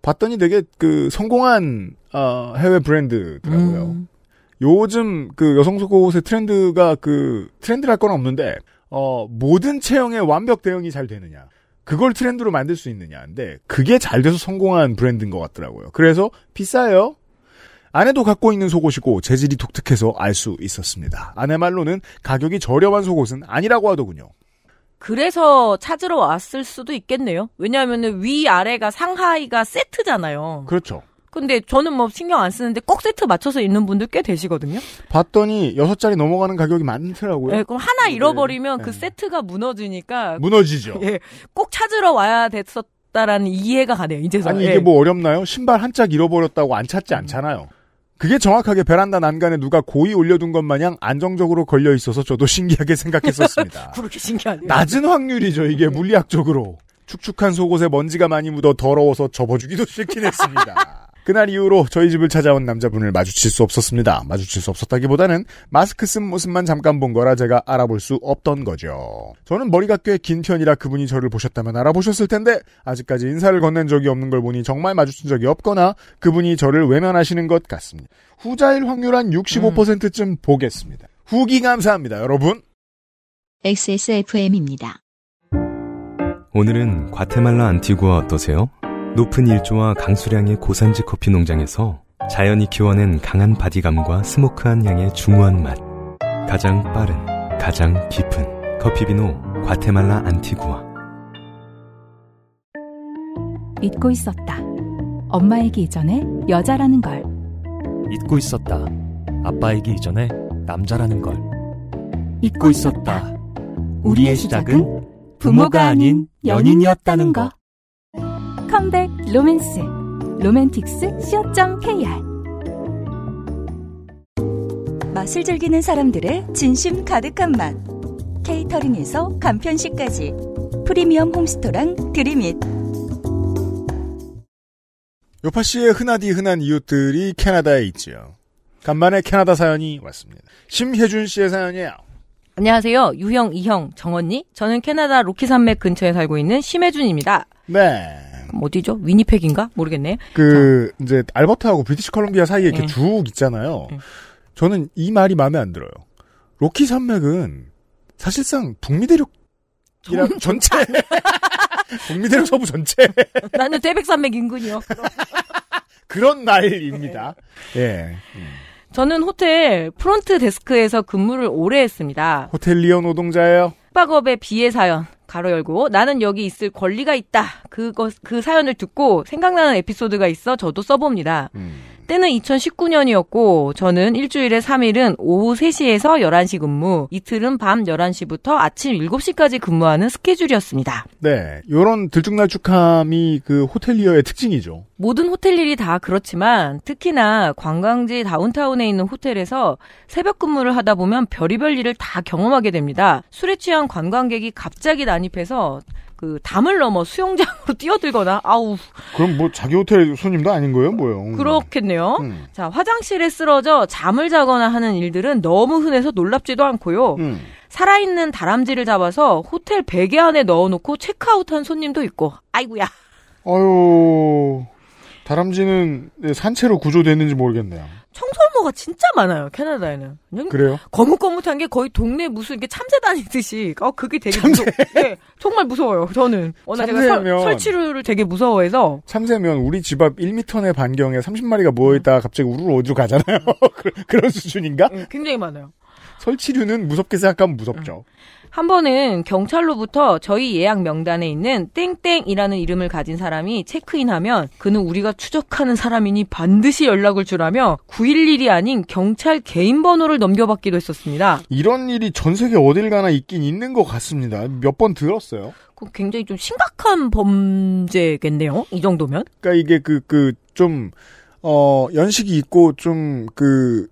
봤더니 되게 그 성공한 어, 해외 브랜드더라고요.
음.
요즘 그 여성 속옷의 트렌드가 그 트렌드랄 건 없는데 어 모든 체형에 완벽 대응이 잘 되느냐 그걸 트렌드로 만들 수 있느냐인데 그게 잘 돼서 성공한 브랜드인 것 같더라고요. 그래서 비싸요. 아내도 갖고 있는 속옷이고 재질이 독특해서 알 수 있었습니다. 아내 말로는 가격이 저렴한 속옷은 아니라고 하더군요.
그래서 찾으러 왔을 수도 있겠네요. 왜냐하면 위 아래가 상하이가 세트잖아요.
그렇죠.
근데 저는 뭐 신경 안 쓰는데 꼭 세트 맞춰서 입는 분들 꽤 되시거든요.
봤더니 여섯 자리 넘어가는 가격이 많더라고요.
예, 그럼 하나 잃어버리면
네.
그 세트가 무너지니까
무너지죠.
예, 꼭 찾으러 와야 됐었다라는 이해가 가네요. 이제서
아니
예.
이게 뭐 어렵나요? 신발 한 짝 잃어버렸다고 안 찾지 않잖아요. 그게 정확하게 베란다 난간에 누가 고이 올려둔 것 마냥 안정적으로 걸려 있어서 저도 신기하게 생각했었습니다.
그렇게 신기하네요.
낮은 확률이죠 이게 물리학적으로. 축축한 속옷에 먼지가 많이 묻어 더러워서 접어주기도 싫긴 했습니다. 그날 이후로 저희 집을 찾아온 남자분을 마주칠 수 없었습니다. 마주칠 수 없었다기보다는 마스크 쓴 모습만 잠깐 본 거라 제가 알아볼 수 없던 거죠. 저는 머리가 꽤 긴 편이라 그분이 저를 보셨다면 알아보셨을 텐데 아직까지 인사를 건넨 적이 없는 걸 보니 정말 마주친 적이 없거나 그분이 저를 외면하시는 것 같습니다. 후자일 확률 한 65%쯤 보겠습니다. 후기 감사합니다, 여러분.
XSFM입니다.
오늘은 과테말라 안티구아 어떠세요? 높은 일조와 강수량의 고산지 커피 농장에서 자연이 키워낸 강한 바디감과 스모크한 향의 중후한 맛. 가장 빠른, 가장 깊은 커피 비노 과테말라 안티구아.
잊고 있었다. 엄마에게 이전에 여자라는 걸.
잊고 있었다. 아빠이기 이전에 남자라는 걸. 잊고 있었다. 우리의 시작은 부모가 아닌 연인이었다는 거.
컴백 로맨스. 로맨틱스 co.kr
맛을 즐기는 사람들의 진심 가득한 맛. 케이터링에서 간편식까지. 프리미엄 홈스토랑 드림잇.
요파 씨의 흔하디 흔한 이웃들이 캐나다에 있지요. 간만에 캐나다 사연이 왔습니다. 심혜준 씨의 사연이에요.
안녕하세요. 유형, 이형, 정언니. 저는 캐나다 로키 산맥 근처에 살고 있는 심혜준입니다.
네.
그럼 어디죠? 위니펙인가? 모르겠네.
그 이제 알버타하고 브리티시 컬럼비아 사이에 이렇게
예.
쭉 있잖아요. 저는 이 말이 마음에 안 들어요. 로키 산맥은 사실상 북미 대륙 이랑 전체 북미 대륙 서부 전체
나는 태백산맥 인근이요.
그런 나일입니다. 예.
저는 호텔 프론트 데스크에서 근무를 오래 했습니다.
호텔리어 노동자예요.
숙박업의 비해 사연 가로 열고 나는 여기 있을 권리가 있다. 그것 그 사연을 듣고 생각나는 에피소드가 있어 저도 써봅니다. 때는 2019년이었고 저는 일주일에 3일은 오후 3시에서 11시 근무, 이틀은 밤 11시부터 아침 7시까지 근무하는 스케줄이었습니다.
네. 요런 들쭉날쭉함이 그 호텔리어의 특징이죠.
모든 호텔 일이 다 그렇지만 특히나 관광지 다운타운에 있는 호텔에서 새벽 근무를 하다 보면 별의별 일을 다 경험하게 됩니다. 술에 취한 관광객이 갑자기 난입해서 그 담을 넘어 수영장으로 뛰어들거나 아우
그럼 뭐 자기 호텔 손님도 아닌 거예요, 뭐요?
그렇겠네요.
음.
자, 화장실에 쓰러져 잠을 자거나 하는 일들은 너무 흔해서 놀랍지도 않고요.
음.
살아있는 다람쥐를 잡아서 호텔 베개 안에 넣어놓고 체크아웃한 손님도 있고, 아이고야.
아유. 다람쥐는 산채로 구조됐는지 모르겠네요.
청설모가 진짜 많아요, 캐나다에는. 그냥
그래요?
거뭇거뭇한 게 거의 동네 무슨 이렇게 참새 다니듯이, 어, 그게 되게 무서 예, 정말 무서워요, 저는. 워낙 제가
참새면-
설, 설치류를 되게 무서워해서.
참새면 우리 집 앞 1미터 내 반경에 30마리가 모여있다가 갑자기 우르르 어디로 가잖아요. 그- 그런 수준인가?
예, 굉장히 많아요.
설치류는 무섭게 생각하면 무섭죠.
한 번은 경찰로부터 저희 예약 명단에 있는 땡땡이라는 이름을 가진 사람이 체크인하면 그는 우리가 추적하는 사람이니 반드시 연락을 주라며 911이 아닌 경찰 개인 번호를 넘겨받기도 했었습니다.
이런 일이 전 세계 어딜 가나 있긴 있는 것 같습니다. 몇 번 들었어요.
그 굉장히 좀 심각한 범죄겠네요. 이 정도면.
그러니까 이게 그, 그, 좀, 어, 연식이 있고 좀, 그,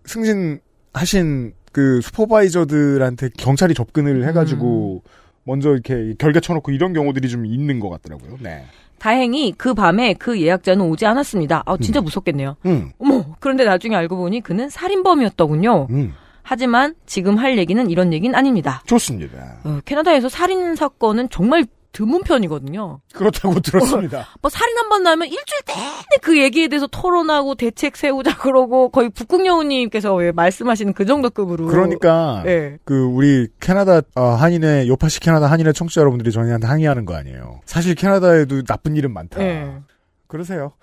승진하신 그 슈퍼바이저들한테 경찰이 접근을 해가지고 먼저 이렇게 결계 쳐놓고 이런 경우들이 좀 있는 것 같더라고요. 네.
다행히 그 밤에 그 예약자는 오지 않았습니다. 아, 진짜 무섭겠네요.
음.
어머, 그런데 나중에 알고 보니 그는 살인범이었더군요.
음.
하지만 지금 할 얘기는 이런 얘기는 아닙니다.
좋습니다.
어, 캐나다에서 살인 사건은 정말 드문 편이거든요.
그렇다고 들었습니다.
뭐 살인 한 번 나면 일주일 내내 그 얘기에 대해서 토론하고 대책 세우자 그러고 거의 북극 여우님께서 왜 말씀하시는 그 정도 급으로
그러니까
예.
그 우리 캐나다 아, 한인의 요파시 캐나다 한인의 청취자 여러분들이 저희한테 항의하는 거 아니에요. 사실 캐나다에도 나쁜 일은 많다.
예.
그러세요.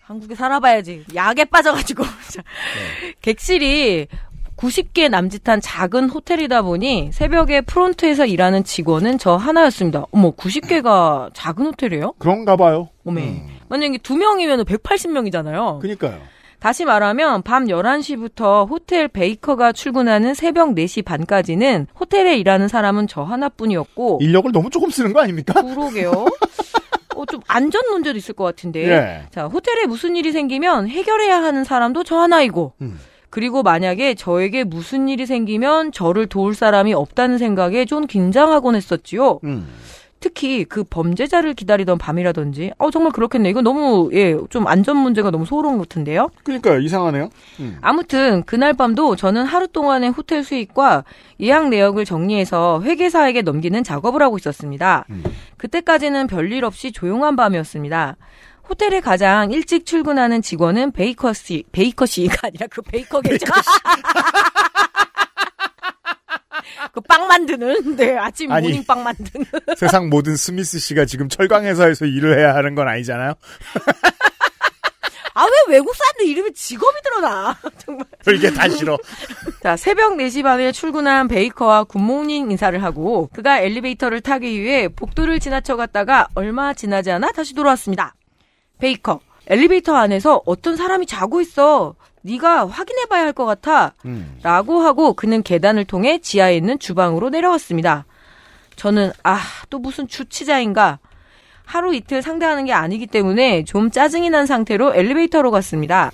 한국에 살아봐야지 약에 빠져가지고 자, 객실이 90개 남짓한 작은 호텔이다 보니 새벽에 프론트에서 일하는 직원은 저 하나였습니다. 어머 90개가 작은 호텔이에요?
그런가 봐요. 음.
어메 만약에 두 명이면 180명이잖아요.
그니까요.
다시 말하면 밤 11시부터 호텔 베이커가 출근하는 새벽 4시 반까지는 호텔에 일하는 사람은 저 하나뿐이었고
인력을 너무 조금 쓰는 거 아닙니까?
그러게요. 어, 좀 안전 문제도 있을 것 같은데.
예.
자, 호텔에 무슨 일이 생기면 해결해야 하는 사람도 저 하나이고.
음.
그리고 만약에 저에게 무슨 일이 생기면 저를 도울 사람이 없다는 생각에 좀 긴장하곤 했었지요.
음.
특히 그 범죄자를 기다리던 밤이라든지, 어, 정말 그렇겠네. 이거 너무, 예, 좀 안전 문제가 너무 소름 같은데요?
그니까요. 이상하네요. 음.
아무튼 그날 밤도 저는 하루 동안의 호텔 수익과 예약 내역을 정리해서 회계사에게 넘기는 작업을 하고 있었습니다. 그때까지는 별일 없이 조용한 밤이었습니다. 호텔에 가장 일찍 출근하는 직원은 베이커시 베이커시가 아니라 그 베이커겠죠. 그 빵 만드는 네 아침
아니.
모닝빵 만드는
세상 모든 스미스 씨가 지금 철강 회사에서 일을 해야 하는 건 아니잖아요.
아 왜 외국 사람들 이름에 직업이 들어나 정말
이게 다 싫어.
자, 새벽 4시 반에 출근한 베이커와 굿모닝 인사를 하고 그가 엘리베이터를 타기 위해 복도를 지나쳐 갔다가 얼마 지나지 않아 다시 돌아왔습니다. 베이커, 엘리베이터 안에서 어떤 사람이 자고 있어. 네가 확인해 봐야 할 것 같아. 라고 하고 그는 계단을 통해 지하에 있는 주방으로 내려왔습니다. 저는 아, 또 무슨 주치자인가. 하루 이틀 상대하는 게 아니기 때문에 좀 짜증이 난 상태로 엘리베이터로 갔습니다.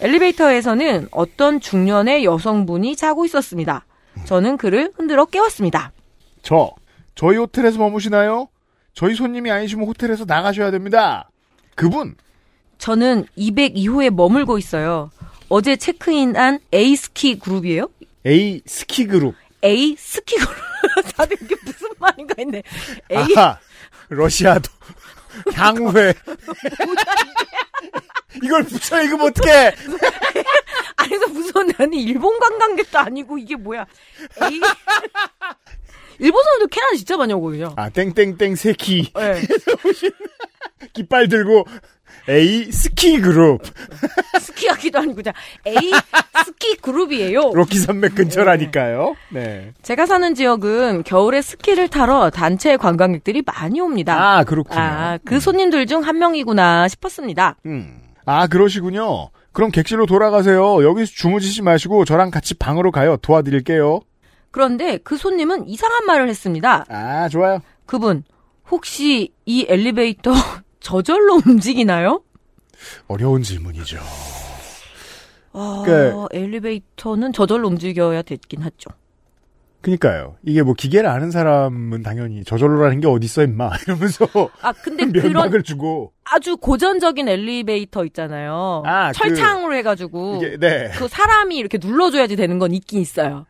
엘리베이터에서는 어떤 중년의 여성분이 자고 있었습니다. 저는 그를 흔들어 깨웠습니다.
저 저희 호텔에서 머무시나요? 저희 손님이 아니시면 호텔에서 나가셔야 됩니다. 그분
저는 202호에 머물고 있어요. 어제 체크인한 A 스키 그룹이에요?
A 스키 그룹.
A 스키 그룹. 다들 이게 무슨 말인가 했네. A
아하 러시아도 향후회. 이걸 붙여 읽으면 어떡해!
안에서 무서운 아니 일본 관광객도 아니고 이게 뭐야? 에이. 일본 사람들 캐나다 진짜 많이 오고 그죠?
아, 땡땡땡 새끼.
네.
깃발 들고, 에이, 스키 그룹.
스키하기도 아니고 그냥 에이 스키 그룹이에요.
로키 산맥 근처라니까요. 네.
제가 사는 지역은 겨울에 스키를 타러 단체 관광객들이 많이 옵니다.
아, 그렇군요.
아, 그 손님들 중 한 명이구나 싶었습니다.
음. 아, 그러시군요. 그럼 객실로 돌아가세요. 여기서 주무시지 마시고 저랑 같이 방으로 가요. 도와드릴게요.
그런데 그 손님은 이상한 말을 했습니다.
아, 좋아요.
그분, 혹시 이 엘리베이터 저절로 움직이나요?
어려운 질문이죠.
아,
그-
엘리베이터는 저절로 움직여야 됐긴 하죠.
그니까요. 이게 뭐 기계를 아는 사람은 당연히 저절로라는 게 어딨어, 임마. 이러면서
아, 근데
면박을
그런
주고.
아주 고전적인 엘리베이터 있잖아요.
아, 그-
철창으로 해가지고.
이게, 네.
그 사람이 이렇게 눌러줘야지 되는 건 있긴 있어요.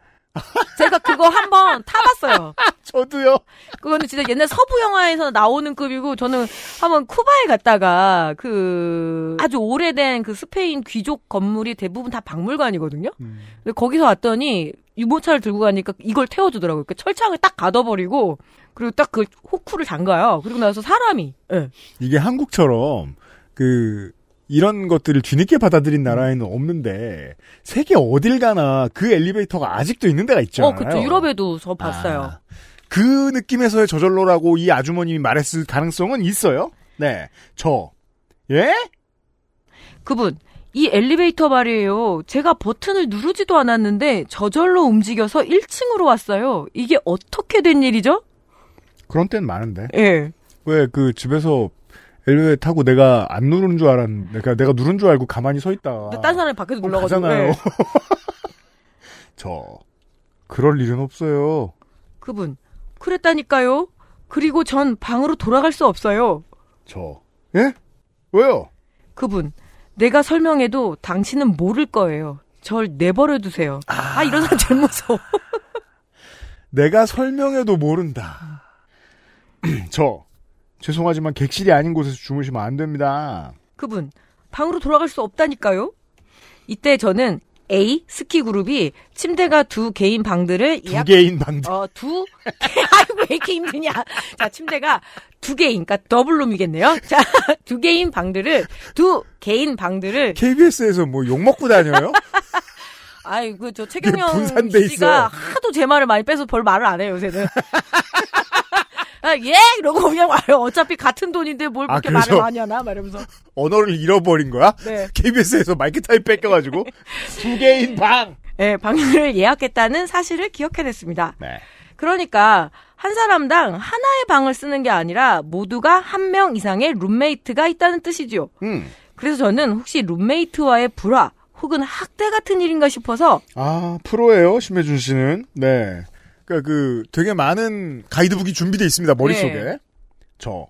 제가 그거 한번 타봤어요.
저도요.
그거는 진짜 옛날 서부 영화에서 나오는 급이고 저는 한번 쿠바에 갔다가 그 아주 오래된 그 스페인 귀족 건물이 대부분 다 박물관이거든요.
음.
근데 거기서 왔더니 유모차를 들고 가니까 이걸 태워주더라고요. 그 철창을 딱 가둬버리고 그리고 딱 그 호쿠를 잠가요. 그리고 나서 사람이 예.
이게 한국처럼 그 이런 것들을 뒤늦게 받아들인 나라에는 없는데 세계 어딜 가나 그 엘리베이터가 아직도 있는 데가 있잖아요.
어, 그쵸. 유럽에도 저 봤어요.
아, 그 느낌에서의 저절로라고 이 아주머님이 말했을 가능성은 있어요. 네, 저 예?
그분, 이 엘리베이터 말이에요. 제가 버튼을 누르지도 않았는데 저절로 움직여서 1층으로 왔어요. 이게 어떻게 된 일이죠?
그런 때는 많은데
예.
왜 그 집에서 엘리베이터 타고 내가 안 누른 줄 알았는데 그러니까 내가 누른 줄 알고 가만히 서 있다.
근데 딴 사람이 밖에서
꼭
놀러가지고.
아. 어, 가잖아요.
예.
저 그럴 일은 없어요.
그분, 그랬다니까요. 그리고 전 방으로 돌아갈 수 없어요.
저 예? 왜요?
그분, 내가 설명해도 당신은 모를 거예요. 절 내버려 두세요. 아, 이런 사람 제일 무서워.
내가 설명해도 모른다. 저 죄송하지만 객실이 아닌 곳에서 주무시면 안 됩니다.
그분 방으로 돌아갈 수 없다니까요. 이때 저는 A 스키 그룹이 침대가 두 개인 방들을
두 개인 방들.
어두 아이고 왜 이렇게 힘드냐. 자 침대가 두 개인 그러니까 더블 룸이겠네요. 자 두 개인 방들을 두 개인 방들을
KBS에서 뭐 욕 먹고 다녀요?
아이고 저
이게
최경영
분산돼
씨가
있어요.
하도 제 말을 많이 빼서 별 말을 안 해요 요새는. 아, 예 이러고 그냥 와요. 어차피 같은 돈인데 뭘
아,
그렇게
그래서-
말을 많이 하나 말하면서.
언어를 잃어버린 거야?
네.
KBS에서 마이크 타임 뺏겨가지고 두 개인 방.
예, 방을 예약했다는 사실을 기억해냈습니다.
네.
그러니까 한 사람당 하나의 방을 쓰는 게 아니라 모두가 한 명 이상의 룸메이트가 있다는 뜻이지요.
음.
그래서 저는 혹시 룸메이트와의 불화 혹은 학대 같은 일인가 싶어서
아 프로예요 심혜준 씨는. 네. 그러니까 그 되게 많은 가이드북이 준비돼 있습니다 머릿 속에.
네.
저.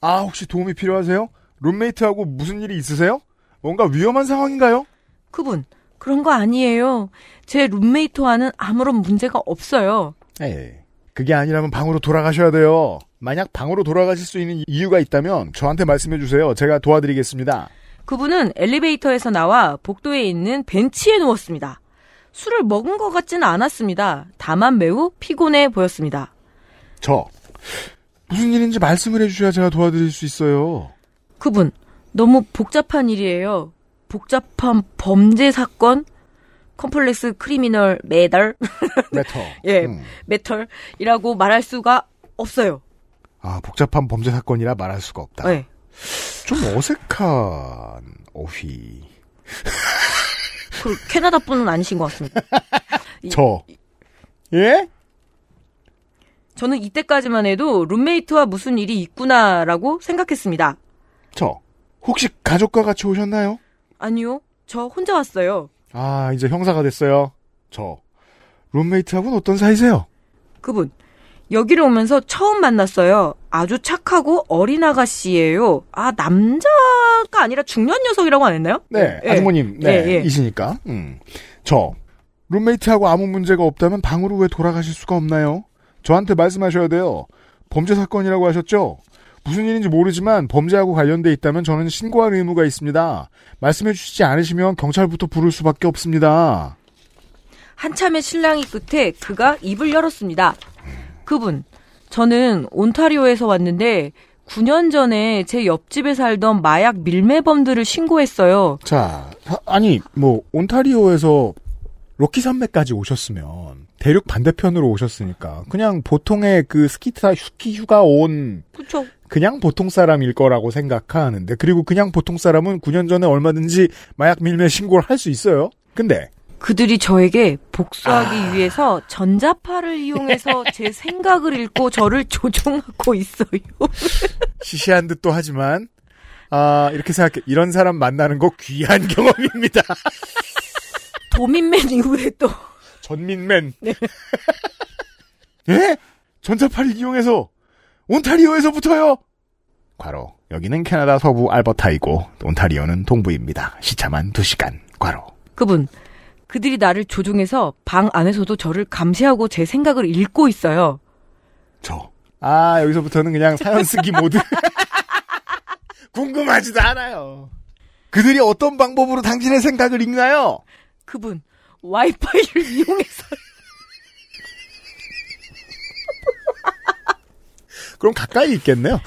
아 혹시 도움이 필요하세요? 룸메이트하고 무슨 일이 있으세요? 뭔가 위험한 상황인가요?
그분 그런 거 아니에요. 제 룸메이트와는 아무런 문제가 없어요.
에이. 예. 그게 아니라면 방으로 돌아가셔야 돼요. 만약 방으로 돌아가실 수 있는 이유가 있다면 저한테 말씀해 주세요. 제가 도와드리겠습니다.
그분은 엘리베이터에서 나와 복도에 있는 벤치에 누웠습니다. 술을 먹은 것 같지는 않았습니다. 다만 매우 피곤해 보였습니다.
저 무슨 일인지 말씀을 해주셔야 제가 도와드릴 수 있어요.
그분 너무 복잡한 일이에요. 복잡한 범죄 사건, 컴플렉스 크리미널 매달
레터.
예.
음.
메털이라고 말할 수가 없어요.
아 복잡한 범죄 사건이라 말할 수가 없다.
예.
좀 어색한 어휘.
그 캐나다 분은 아니신 것 같습니다. 이-
저 예?
저는 이때까지만 해도 룸메이트와 무슨 일이 있구나라고 생각했습니다.
저 혹시 가족과 같이 오셨나요?
아니요, 저 혼자 왔어요.
아 이제 형사가 됐어요. 저 룸메이트하고는 어떤 사이세요?
그분 여기를 오면서 처음 만났어요. 아주 착하고 어린 아가씨예요. 아 남자가 아니라 중년 녀석이라고 안 했나요?
네
예.
아주머님
예, 예.
네이시니까. 음. 저 룸메이트하고 아무 문제가 없다면 방으로 왜 돌아가실 수가 없나요? 저한테 말씀하셔야 돼요. 범죄 사건이라고 하셨죠? 무슨 일인지 모르지만 범죄하고 관련돼 있다면 저는 신고할 의무가 있습니다. 말씀해 주시지 않으시면 경찰부터 부를 수밖에 없습니다.
한참의 실랑이 끝에 그가 입을 열었습니다. 그분, 저는 온타리오에서 왔는데 9년 전에 제 옆집에 살던 마약 밀매범들을 신고했어요.
자, 하- 아니 뭐 온타리오에서 로키 산맥까지 오셨으면 대륙 반대편으로 오셨으니까 그냥 보통의 그 스키타 스키 휴가 온
그쵸?
그냥 보통 사람일 거라고 생각하는데 그리고 그냥 보통 사람은 9년 전에 얼마든지 마약 밀매 신고를 할 수 있어요. 근데
그들이 저에게 복수하기 위해서 전자파를 이용해서 제 생각을 읽고 저를 조종하고 있어요.
시시한 듯도 하지만 아 이렇게 생각해 이런 사람 만나는 거 귀한 경험입니다.
도민맨 이후에 또
전민맨. 예? 전자파를 이용해서 온타리오에서부터요. 과로 여기는 캐나다 서부 알버타이고 온타리오는 동부입니다. 시차만 2시간. 과로.
그분 그들이 나를 조종해서 방 안에서도 저를 감시하고 제 생각을 읽고 있어요.
저. 아 여기서부터는 그냥 사연 쓰기 모드. 궁금하지도 않아요. 그들이 어떤 방법으로 당신의 생각을 읽나요?
그분 와이파이를 이용해서
그럼 가까이 있겠네요.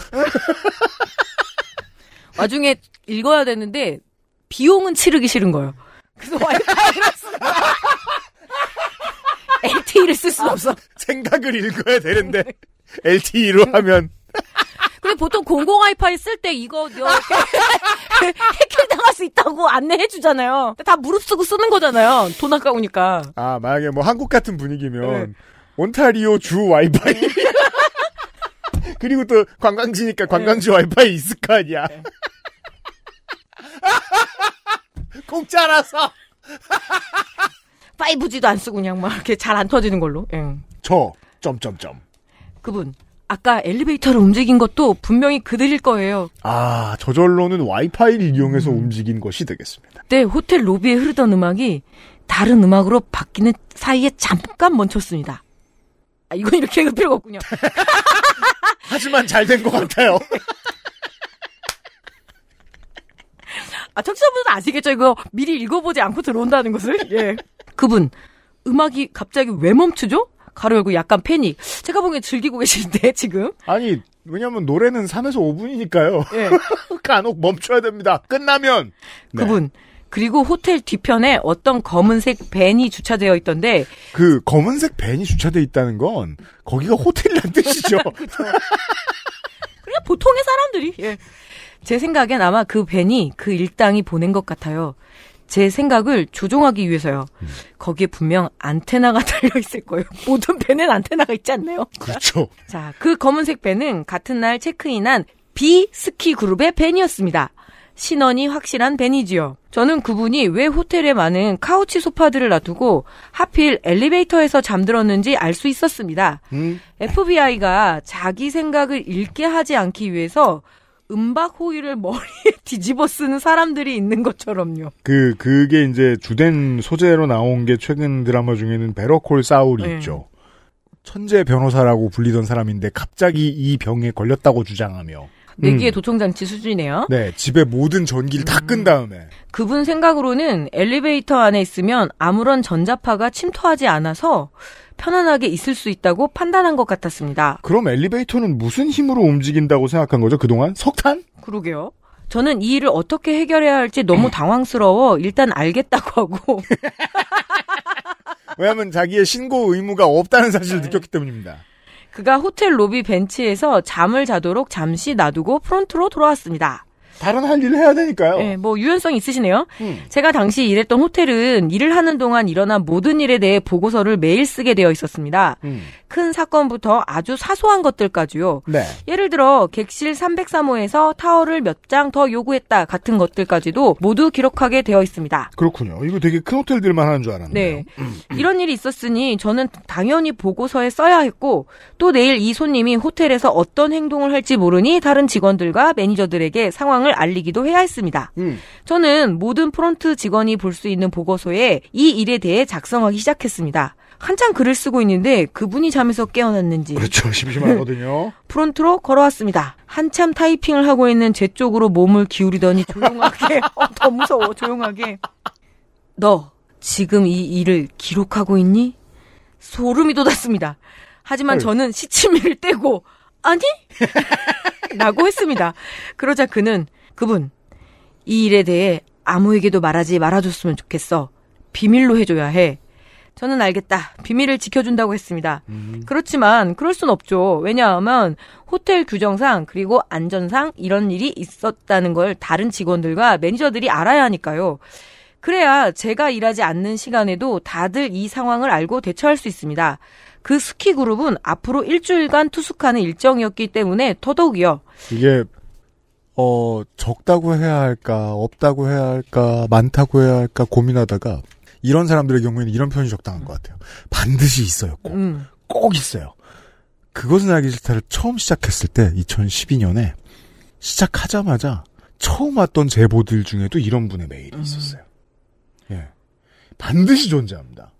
와중에 읽어야 되는데 비용은 치르기 싫은 거예요. 그래서 와이파이를 쓰는 거야. LTE를 쓸 수는 없어.
생각을 읽어야 되는데 LTE로 하면
근데 보통 공공 와이파이 쓸 때 이거 이렇게 해킹 당할 수 있다고 안내해 주잖아요. 다 무릅쓰고 쓰는 거잖아요. 돈 아까우니까.
아 만약에 뭐 한국 같은 분위기면
네.
온타리오 주 와이파이 그리고 또 관광지니까 관광지 와이파이 있을 거 아니야 공짜라서
5G도 안 쓰고 그냥 막 이렇게 잘 안 터지는 걸로. 예.
저 점점점
그분 아까 엘리베이터를 움직인 것도 분명히 그들일 거예요.
아 저절로는 와이파이를 이용해서 움직인 것이 되겠습니다
그때 호텔 로비에 흐르던 음악이 다른 음악으로 바뀌는 사이에 잠깐 멈췄습니다. 아, 이건 이렇게 읽을 필요가 없군요.
하지만 잘 된 것 같아요
아, 청취자분들 아시겠죠? 이거 미리 읽어보지 않고 들어온다는 것을? 예. 그분, 음악이 갑자기 왜 멈추죠? 가로 열고 약간 패닉. 제가 보기엔 즐기고 계신데, 지금.
아니 왜냐면 노래는 3에서 5분이니까요
예.
간혹 멈춰야 됩니다 끝나면 네.
그분. 그리고 호텔 뒤편에 어떤 검은색 밴이 주차되어 있던데,
그 검은색 밴이 주차돼 있다는 건 거기가 호텔이란 뜻이죠
그냥 보통의 사람들이, 예. 제 생각엔 아마 그 밴이 그 일당이 보낸 것 같아요. 제 생각을 조종하기 위해서요. 거기에 분명 안테나가 달려있을 거예요. 모든 밴엔 안테나가 있지 않나요?
그렇죠
자, 그 검은색 밴은 같은 날 체크인한 B 스키 그룹의 밴이었습니다. 신원이 확실한 밴이지요. 저는 그분이 왜 호텔에 많은 카우치 소파들을 놔두고 하필 엘리베이터에서 잠들었는지 알 수 있었습니다.
음.
FBI가 자기 생각을 읽게 하지 않기 위해서 음박 호일을 머리에 뒤집어 쓰는 사람들이 있는 것처럼요.
그 그게 이제 주된 소재로 나온 게 최근 드라마 중에는 베러콜 사울이
네.
있죠. 천재 변호사라고 불리던 사람인데 갑자기 이 병에 걸렸다고 주장하며
내기의
음.
도청장치 수준이네요.
네 집에 모든 전기를 다 끈 다음에
그분 생각으로는 엘리베이터 안에 있으면 아무런 전자파가 침투하지 않아서 편안하게 있을 수 있다고 판단한 것 같았습니다.
그럼 엘리베이터는 무슨 힘으로 움직인다고 생각한 거죠 그동안 석탄?
그러게요. 저는 이 일을 어떻게 해결해야 할지 너무 당황스러워 일단 알겠다고 하고
왜냐하면 자기의 신고 의무가 없다는
네.
사실을 느꼈기 때문입니다.
그가 호텔 로비 벤치에서 잠을 자도록 잠시 놔두고 프론트로 돌아왔습니다.
다른 할 일을 해야 되니까요.
네, 뭐 유연성 있으시네요.
음.
제가 당시 일했던 호텔은 일을 하는 동안 일어난 모든 일에 대해 보고서를 매일 쓰게 되어 있었습니다.
음.
큰 사건부터 아주 사소한 것들까지요.
네.
예를 들어 객실 303호에서 타월을 몇 장 더 요구했다 같은 것들까지도 모두 기록하게 되어 있습니다.
그렇군요. 이거 되게 큰 호텔들만 하는 줄 알았는데.
네. 이런 일이 있었으니 저는 당연히 보고서에 써야 했고 또 내일 이 손님이 호텔에서 어떤 행동을 할지 모르니 다른 직원들과 매니저들에게 상황을 알리기도 해야 했습니다.
음.
저는 모든 프론트 직원이 볼 수 있는 보고서에 이 일에 대해 작성하기 시작했습니다. 한참 글을 쓰고 있는데 그분이 잠에서 깨어났는지
그렇죠. 심심하거든요.
프론트로 걸어왔습니다. 한참 타이핑을 하고 있는 제 쪽으로 몸을 기울이더니 조용하게 어, 더 무서워 조용하게 너 지금 이 일을 기록하고 있니? 소름이 돋았습니다. 하지만
어이.
저는 시치미를 떼고 아니? 라고 했습니다. 그러자 그는 그분 이 일에 대해 아무에게도 말하지 말아줬으면 좋겠어. 비밀로 해줘야 해. 저는 알겠다. 비밀을 지켜준다고 했습니다. 그렇지만 그럴 순 없죠. 왜냐하면 호텔 규정상 그리고 안전상 이런 일이 있었다는 걸 다른 직원들과 매니저들이 알아야 하니까요. 그래야 제가 일하지 않는 시간에도 다들 이 상황을 알고 대처할 수 있습니다. 그 스키 그룹은 앞으로 일주일간 투숙하는 일정이었기 때문에 더더욱이요.
이게 어 적다고 해야 할까, 없다고 해야 할까, 많다고 해야 할까 고민하다가 이런 사람들의 경우에는 이런 표현이 적당한 것 같아요. 반드시 있어요. 꼭,
음.
꼭 있어요. 그것은 알기 싫다를 처음 시작했을 때 2012년에 시작하자마자 처음 왔던 제보들 중에도 이런 분의 메일이 있었어요. 예. 반드시 존재합니다.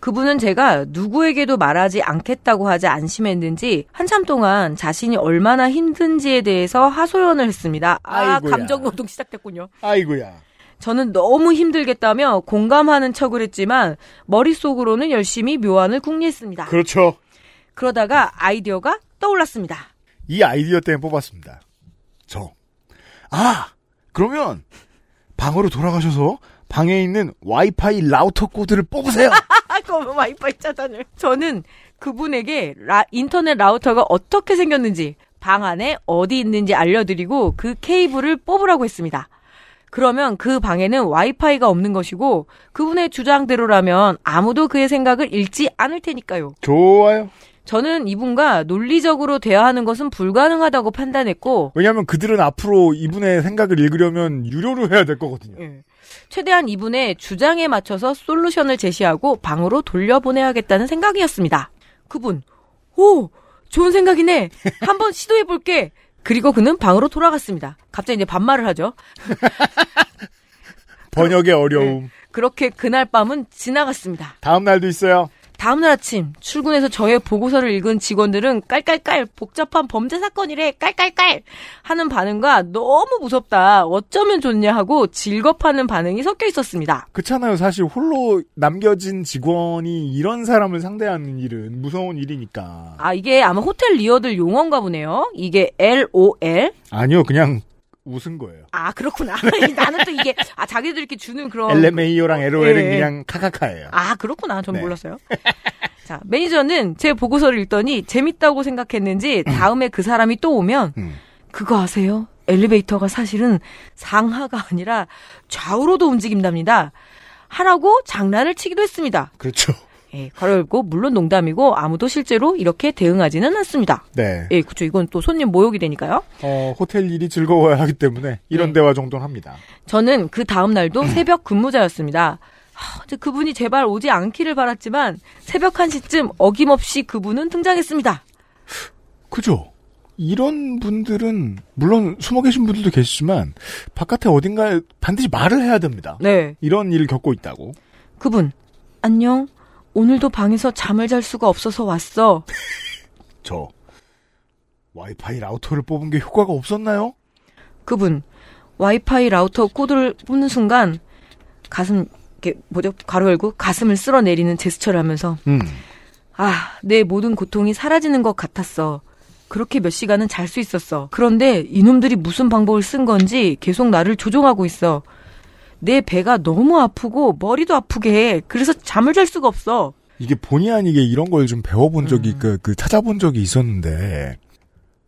그분은 제가 누구에게도 말하지 않겠다고 하자 안심했는지 한참 동안 자신이 얼마나 힘든지에 대해서 하소연을 했습니다. 아,
아이고야.
감정 노동 시작됐군요.
아이고야.
저는 너무 힘들겠다며 공감하는 척을 했지만 머릿속으로는 열심히 묘안을 궁리했습니다.
그렇죠.
그러다가 아이디어가 떠올랐습니다.
이 아이디어 때문에 뽑았습니다. 정. 아! 그러면, 방으로 돌아가셔서, 방에 있는 와이파이 라우터 코드를 뽑으세요!
아, 그거 뭐 와이파이 차단을. 저는 그분에게 라- 인터넷 라우터가 어떻게 생겼는지 방 안에 어디 있는지 알려드리고 그 케이블을 뽑으라고 했습니다. 그러면 그 방에는 와이파이가 없는 것이고 그분의 주장대로라면 아무도 그의 생각을 읽지 않을 테니까요.
좋아요.
저는 이분과 논리적으로 대화하는 것은 불가능하다고 판단했고
왜냐면 하 그들은 앞으로 이분의 생각을 읽으려면 유료로 해야 될 거거든요.
최대한 이분의 주장에 맞춰서 솔루션을 제시하고 방으로 돌려보내야겠다는 생각이었습니다. 그분, 오! 좋은 생각이네! 한번 시도해볼게! 그리고 그는 방으로 돌아갔습니다. 갑자기 이제 반말을 하죠.
번역의 어려움.
그렇게 그날 밤은 지나갔습니다.
네. 다음 날도 있어요.
다음날 아침, 출근해서 저의 보고서를 읽은 직원들은 깔깔깔, 복잡한 범죄 사건이래, 깔깔깔! 하는 반응과 너무 무섭다, 어쩌면 좋냐 하고 질겁하는 반응이 섞여 있었습니다.
그렇잖아요. 사실 홀로 남겨진 직원이 이런 사람을 상대하는 일은 무서운 일이니까.
아, 이게 아마 호텔 리어들 용어인가 보네요. 이게 LOL.
아니요, 그냥 웃은 거예요.
아, 그렇구나. 나는 또 이게, 아, 자기들끼리 주는
어,
그런.
LMAO랑 LOL은
예.
그냥 카카카예요.
아, 그렇구나. 전
네.
몰랐어요. 자, 매니저는 제 보고서를 읽더니 재밌다고 생각했는지 다음에 그 사람이 또 오면, 그거 아세요? 엘리베이터가 사실은 상하가 아니라 좌우로도 움직인답니다. 하라고 장난을 치기도 했습니다.
그렇죠.
예, 가려고 물론 농담이고 아무도 실제로 이렇게 대응하지는 않습니다.
네.
예, 그렇죠. 이건 또 손님 모욕이 되니까요.
어, 호텔 일이 즐거워야 하기 때문에 이런 대화 정도는 합니다.
저는 그 다음 날도 새벽 근무자였습니다. 하, 이제 그분이 제발 오지 않기를 바랐지만 새벽 1시쯤 어김없이 그분은 등장했습니다.
그죠? 이런 분들은 물론 숨어 계신 분들도 계시지만 바깥에 어딘가에 반드시 말을 해야 됩니다.
네.
이런 일을 겪고 있다고.
그분, 안녕. 오늘도 방에서 잠을 잘 수가 없어서 왔어.
저 와이파이 라우터를 뽑은 게 효과가 없었나요?
그분, 와이파이 라우터 코드를 뽑는 순간 가슴, 이렇게 뭐죠? 가로 열고 가슴을 쓸어내리는 제스처를 하면서
음.
아, 내 모든 고통이 사라지는 것 같았어. 그렇게 몇 시간은 잘 수 있었어. 그런데 이놈들이 무슨 방법을 쓴 건지 계속 나를 조종하고 있어. 내 배가 너무 아프고 머리도 아프게 해. 그래서 잠을 잘 수가 없어.
이게 본의 아니게 이런 걸 좀 배워본 적이 그, 그 찾아본 적이 있었는데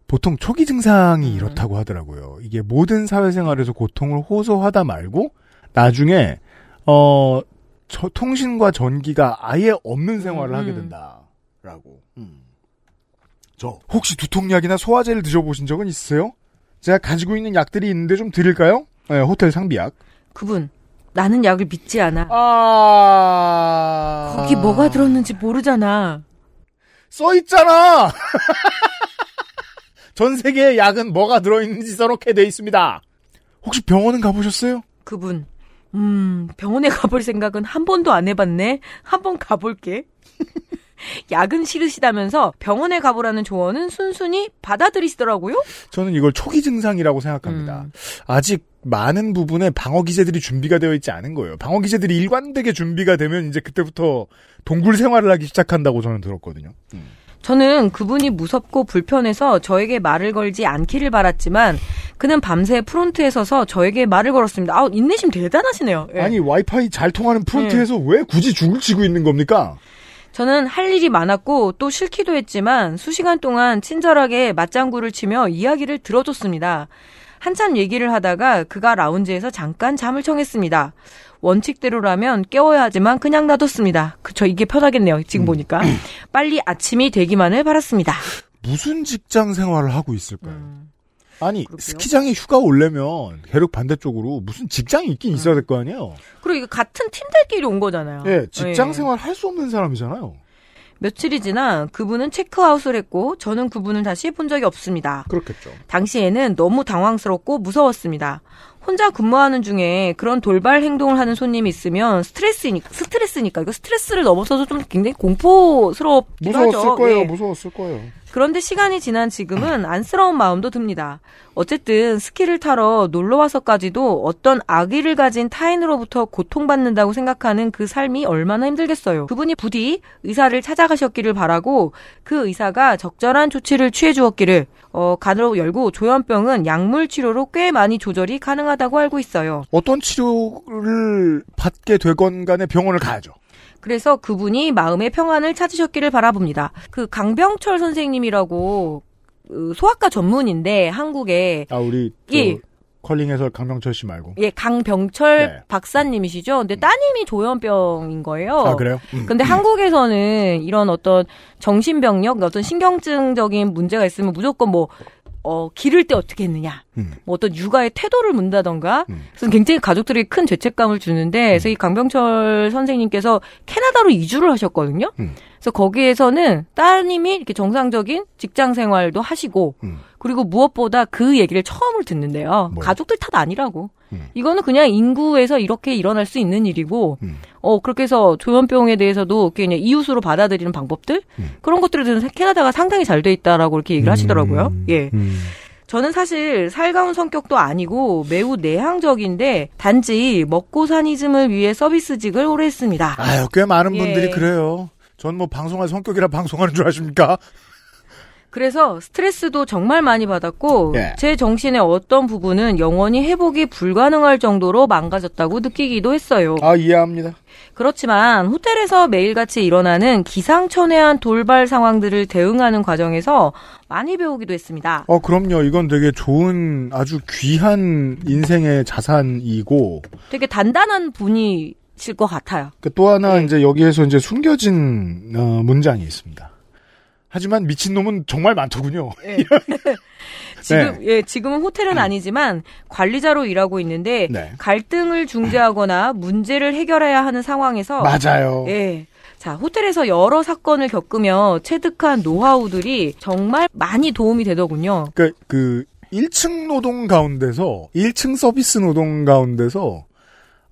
보통 초기 증상이 이렇다고 하더라고요. 이게 모든 사회생활에서 고통을 호소하다 말고 나중에 어 저- 통신과 전기가 아예 없는 생활을 하게 된다라고. 저 혹시 두통약이나 소화제를 드셔보신 적은 있으세요? 제가 가지고 있는 약들이 있는데 좀 드릴까요? 네, 호텔 상비약.
그분, 나는 약을 믿지 않아.
아.
거기 뭐가 들었는지 모르잖아.
써 있잖아. 전 세계의 약은 뭐가 들어있는지 써놓게 돼 있습니다. 혹시 병원은 가보셨어요?
그분, 음, 병원에 가볼 생각은 한 번도 안 해봤네. 한 번 가볼게. 약은 싫으시다면서 병원에 가보라는 조언은 순순히 받아들이시더라고요.
저는 이걸 초기 증상이라고 생각합니다. 아직 많은 부분에 방어 기제들이 준비가 되어 있지 않은 거예요. 방어 기제들이 일관되게 준비가 되면 이제 그때부터 동굴 생활을 하기 시작한다고 저는 들었거든요.
저는 그분이 무섭고 불편해서 저에게 말을 걸지 않기를 바랐지만 그는 밤새 프론트에 서서 저에게 말을 걸었습니다. 아우 인내심 대단하시네요. 예.
아니 와이파이 잘 통하는 프론트에서 왜 굳이 죽을 치고 있는 겁니까?
저는 할 일이 많았고 또 싫기도 했지만 수시간 동안 친절하게 맞장구를 치며 이야기를 들어줬습니다. 한참 얘기를 하다가 그가 라운지에서 잠깐 잠을 청했습니다. 원칙대로라면 깨워야 하지만 그냥 놔뒀습니다. 그쵸 이게 편하겠네요.
음.
지금 보니까 빨리 아침이 되기만을 바랐습니다.
무슨 직장 생활을 하고 있을까요?
음.
아니 스키장에 휴가 오려면 계륵 반대쪽으로 무슨 직장이 있긴 있어야 될 거 아니에요.
그리고 이거 같은 팀들끼리 온 음. 거잖아요.
예, 직장
예.
생활 할 수 없는 사람이잖아요.
며칠이 지나 그분은 체크아웃을 했고 저는 그분을 다시 본 적이 없습니다.
그렇겠죠.
당시에는 너무 당황스럽고 무서웠습니다. 혼자 근무하는 중에 그런 돌발 행동을 하는 손님이 있으면 스트레스니까 스트레스니까 이거 스트레스를 넘어서서 좀 굉장히 공포스럽기도 하죠.
무서웠을 거예요.
예.
무서웠을 거예요.
그런데 시간이 지난 지금은 안쓰러운 마음도 듭니다. 어쨌든 스키를 타러 놀러 와서까지도 어떤 악의를 가진 타인으로부터 고통받는다고 생각하는 그 삶이 얼마나 힘들겠어요. 그분이 부디 의사를 찾아가셨기를 바라고 그 의사가 적절한 조치를 취해 주었기를 어, 간으로 열고 조현병은 약물 치료로 꽤 많이 조절이 가능하다고 알고 있어요.
어떤 치료를 받게 되건 간에 병원을 가야죠.
그래서 그분이 마음의 평안을 찾으셨기를 바라봅니다. 그 강병철 선생님이라고 그 소아과 전문인데 한국에
아 우리 저
예.
컬링 해설 강명철 씨 말고.
예 강병철
네. 음.
박사님이시죠. 근데 따님이 조현병인 거예요.
아 그래요? 음.
근데 한국에서는 이런 어떤 정신병력, 어떤 신경증적인 문제가 있으면 무조건 뭐, 어, 기를 때 어떻게 했느냐.
음.
뭐 어떤 육아의 태도를 문다던가.
음.
그래서 굉장히 가족들이 큰 죄책감을 주는데, 그래서 이 강병철 선생님께서 캐나다로 이주를 하셨거든요.
음.
그래서 거기에서는 따님이 이렇게 정상적인 직장 생활도 하시고,
음.
그리고 무엇보다 그 얘기를 처음을 듣는데요.
뭐요?
가족들 탓 아니라고.
음.
이거는 그냥 인구에서 이렇게 일어날 수 있는 일이고,
음.
어, 그렇게 해서 조현병에 대해서도 이렇게 그냥 이웃으로 받아들이는 방법들?
음.
그런 것들에 대해서 캐나다가 상당히 잘 돼 있다라고 이렇게 얘기를 하시더라고요. 예.
음.
저는 사실 살가운 성격도 아니고 매우 내향적인데 단지 먹고 사니즘을 위해 서비스직을 오래 했습니다.
아유 꽤 많은
예.
분들이 그래요. 전 뭐 방송할 성격이라 방송하는 줄 아십니까?
그래서 스트레스도 정말 많이 받았고
예.
제 정신의 어떤 부분은 영원히 회복이 불가능할 정도로 망가졌다고 느끼기도 했어요.
아 이해합니다.
그렇지만 호텔에서 매일같이 일어나는 기상천외한 돌발 상황들을 대응하는 과정에서 많이 배우기도 했습니다.
어 그럼요. 이건 되게 좋은 아주 귀한 인생의 자산이고
되게 단단한 분이실 것 같아요.
그또 하나
네.
이제 여기에서 이제 숨겨진 어, 문장이 있습니다. 하지만 미친 놈은 정말 많더군요.
네. 지금
네.
예, 지금은 호텔은 아니지만 관리자로 일하고 있는데
음. 네.
갈등을 중재하거나 문제를 해결해야 하는 상황에서
맞아요.
예. 자, 호텔에서 여러 사건을 겪으며 체득한 노하우들이 정말 많이 도움이 되더군요.
그러니까 그 1층 노동 가운데서 1층 서비스 노동 가운데서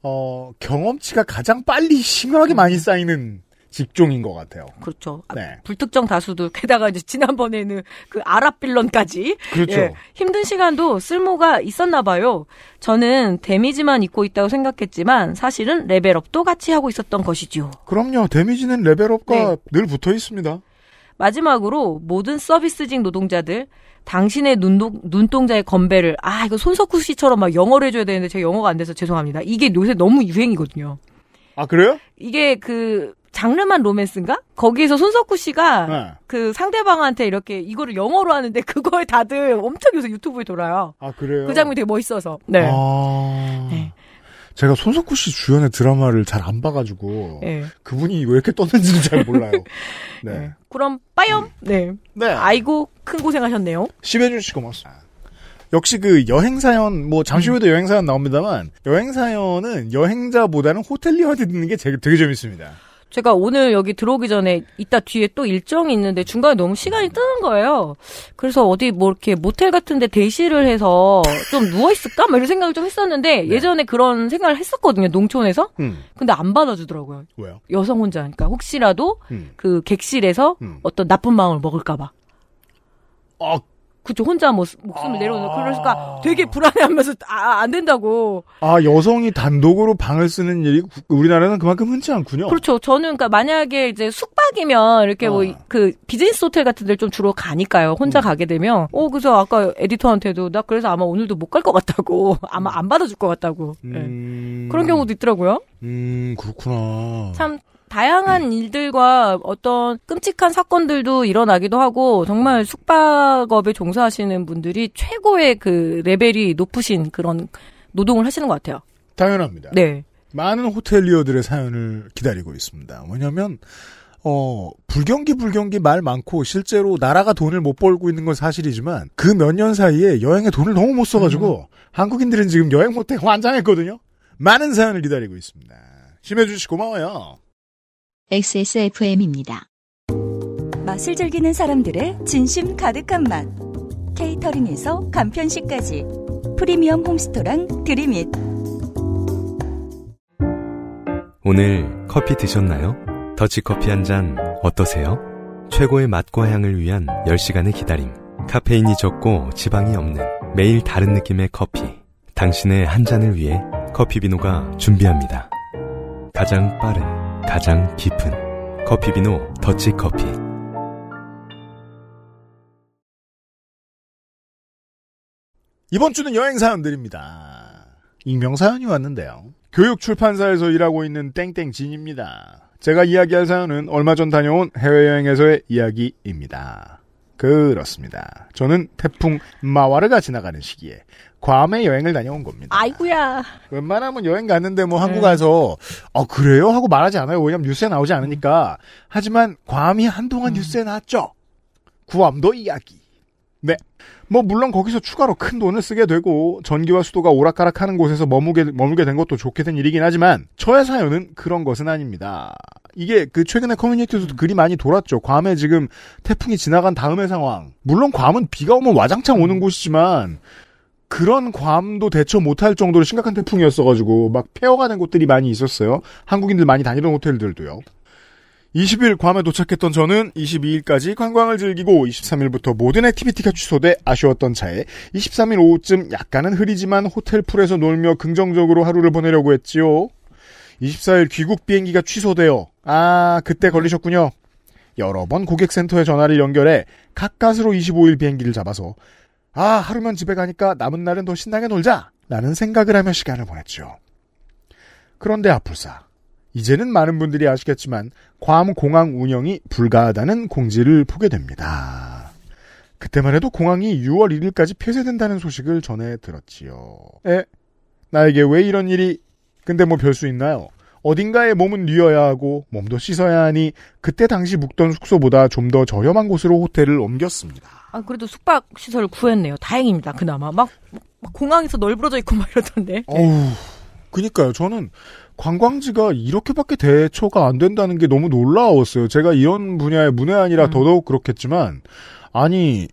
어 경험치가 가장 빨리 심하게 많이 쌓이는 직종인 것 같아요.
그렇죠. 아,
네,
불특정 다수도 게다가 이제 지난번에는 그 아랍 빌런까지
그렇죠.
예, 힘든 시간도 쓸모가 있었나 봐요. 저는 데미지만 입고 있다고 생각했지만 사실은 레벨업도 같이 하고 있었던 것이지요.
그럼요. 데미지는
네.
레벨업과 늘 붙어 있습니다.
마지막으로 모든 서비스직 노동자들 당신의 눈동, 눈동자의 건배를 아 이거 손석구 씨처럼 막 영어를 해줘야 되는데 제가 영어가 안 돼서 죄송합니다. 이게 요새 너무 유행이거든요.
아 그래요?
이게 그 장르만 로맨스인가? 거기에서 손석구 씨가
네.
그 상대방한테 이렇게 이거를 영어로 하는데 그걸 다들 엄청 요새 유튜브에 돌아요.
아 그래요.
그 장면이 되게 멋있어서. 네.
아...
네.
제가 손석구 씨 주연의 드라마를 잘 안 봐가지고
예.
그분이 왜 이렇게 떴는지는 잘 몰라요. 네.
그럼 빠염. 네.
네.
아이고 큰 고생하셨네요.
심해준 씨 고맙습니다. 역시 그 여행 사연 뭐 잠시
음.
후에도 여행 사연 나옵니다만 여행 사연은 여행자보다는 호텔리어한테 듣는 게 되게, 되게 재밌습니다.
제가 오늘 여기 들어오기 전에 이따 뒤에 또 일정이 있는데 중간에 너무 시간이 뜨는 거예요. 그래서 어디 뭐 이렇게 모텔 같은데 대시를 해서 좀 누워 있을까? 막 이런 생각을 좀
네.
했었는데 예전에 그런 생각을 했었거든요. 농촌에서.
음.
근데 안 받아주더라고요.
왜요?
여성 혼자니까 그러니까 혹시라도
음.
그 객실에서 어떤 나쁜 마음을 먹을까봐.
아.
그쵸 혼자 뭐 스- 목숨을 내려놓고 그러니까 되게 불안해하면서 아, 안 된다고.
아, 여성이 단독으로 방을 쓰는 일이 구- 우리나라는 그만큼 흔치 않군요.
그렇죠. 저는 그러니까 만약에 이제 숙박이면 이렇게 뭐 그 비즈니스 호텔 같은 데를 좀 주로 가니까요. 혼자 가게 되면 어 그래서 아까 에디터한테도 나 그래서 아마 오늘도 못 갈 것 같다고 아마 안 받아줄 것 같다고 예. 그런 경우도 있더라고요.
음, 그렇구나.
참 다양한 일들과 어떤 끔찍한 사건들도 일어나기도 하고 정말 숙박업에 종사하시는 분들이 최고의 그 레벨이 높으신 그런 노동을 하시는 것 같아요.
당연합니다.
네.
많은 호텔리어들의 사연을 기다리고 있습니다. 왜냐면, 어, 불경기 불경기 말 많고, 실제로 나라가 돈을 못 벌고 있는 건 사실이지만, 그 몇 년 사이에 여행에 돈을 너무 못 써가지고, 한국인들은 지금 여행 못해 환장했거든요? 많은 사연을 기다리고 있습니다. 심해주씨 고마워요.
XSFM입니다.
맛을 즐기는 사람들의 진심 가득한 맛. 케이터링에서 간편식까지. 프리미엄 홈스토랑 드림잇.
오늘 커피 드셨나요? 더치커피 한 잔 어떠세요? 최고의 맛과 향을 위한 10시간의 기다림. 카페인이 적고 지방이 없는 매일 다른 느낌의 커피. 당신의 한 잔을 위해 커피비노가 준비합니다. 가장 빠른, 가장 깊은 커피비노 더치커피.
이번 주는 여행 사연들입니다. 익명 사연이 왔는데요. 교육 출판사에서 일하고 있는 땡땡진입니다. 제가 이야기할 사연은 얼마 전 다녀온 해외여행에서의 이야기입니다. 그렇습니다. 저는 태풍 마와르가 지나가는 시기에 괌에 여행을 다녀온 겁니다.
아이구야.
웬만하면 여행 갔는데 뭐 한국 가서 어 그래요 하고 말하지 않아요. 왜냐면 뉴스에 나오지 않으니까. 하지만 괌이 한동안 뉴스에 나왔죠. 구암도 이야기. 네. 뭐 물론 거기서 추가로 큰 돈을 쓰게 되고 전기와 수도가 오락가락하는 곳에서 머무게 머물게 된 것도 좋게 된 일이긴 하지만 저의 사연은 그런 것은 아닙니다. 이게 그 최근에 커뮤니티에서도 글이 많이 돌았죠. 괌에 지금 태풍이 지나간 다음의 상황. 물론 괌은 비가 오면 와장창 오는 곳이지만 그런 괌도 대처 못할 정도로 심각한 태풍이었어가지고 막 폐허가 된 곳들이 많이 있었어요. 한국인들 많이 다니던 호텔들도요. 20일 괌에 도착했던 저는 22일까지 관광을 즐기고 23일부터 모든 액티비티가 취소돼 아쉬웠던 차에 23일 오후쯤 약간은 흐리지만 호텔 풀에서 놀며 긍정적으로 하루를 보내려고 했지요. 24일 귀국 비행기가 취소되어 아 그때 걸리셨군요. 여러 번 고객센터에 전화를 연결해 가까스로 25일 비행기를 잡아서 아, 하루면 집에 가니까 남은 날은 더 신나게 놀자! 라는 생각을 하며 시간을 보냈죠. 그런데 아플싸. 이제는 많은 분들이 아시겠지만, 괌 공항 운영이 불가하다는 공지를 보게 됩니다. 그때만 해도 공항이 6월 1일까지 폐쇄된다는 소식을 전해 들었지요. 에? 나에게 왜 이런 일이? 근데 뭐 별 수 있나요? 어딘가에 몸은 뉘어야 하고, 몸도 씻어야 하니, 그때 당시 묵던 숙소보다 좀 더 저렴한 곳으로 호텔을 옮겼습니다.
아 그래도 숙박 시설을 구했네요. 다행입니다. 그나마 막, 막 공항에서 널브러져 있고 막 이러던데.
어우, 그니까요. 저는 관광지가 이렇게밖에 대처가 안 된다는 게 너무 놀라웠어요. 제가 이런 분야의 문외한이라 더더욱 그렇겠지만, 아니,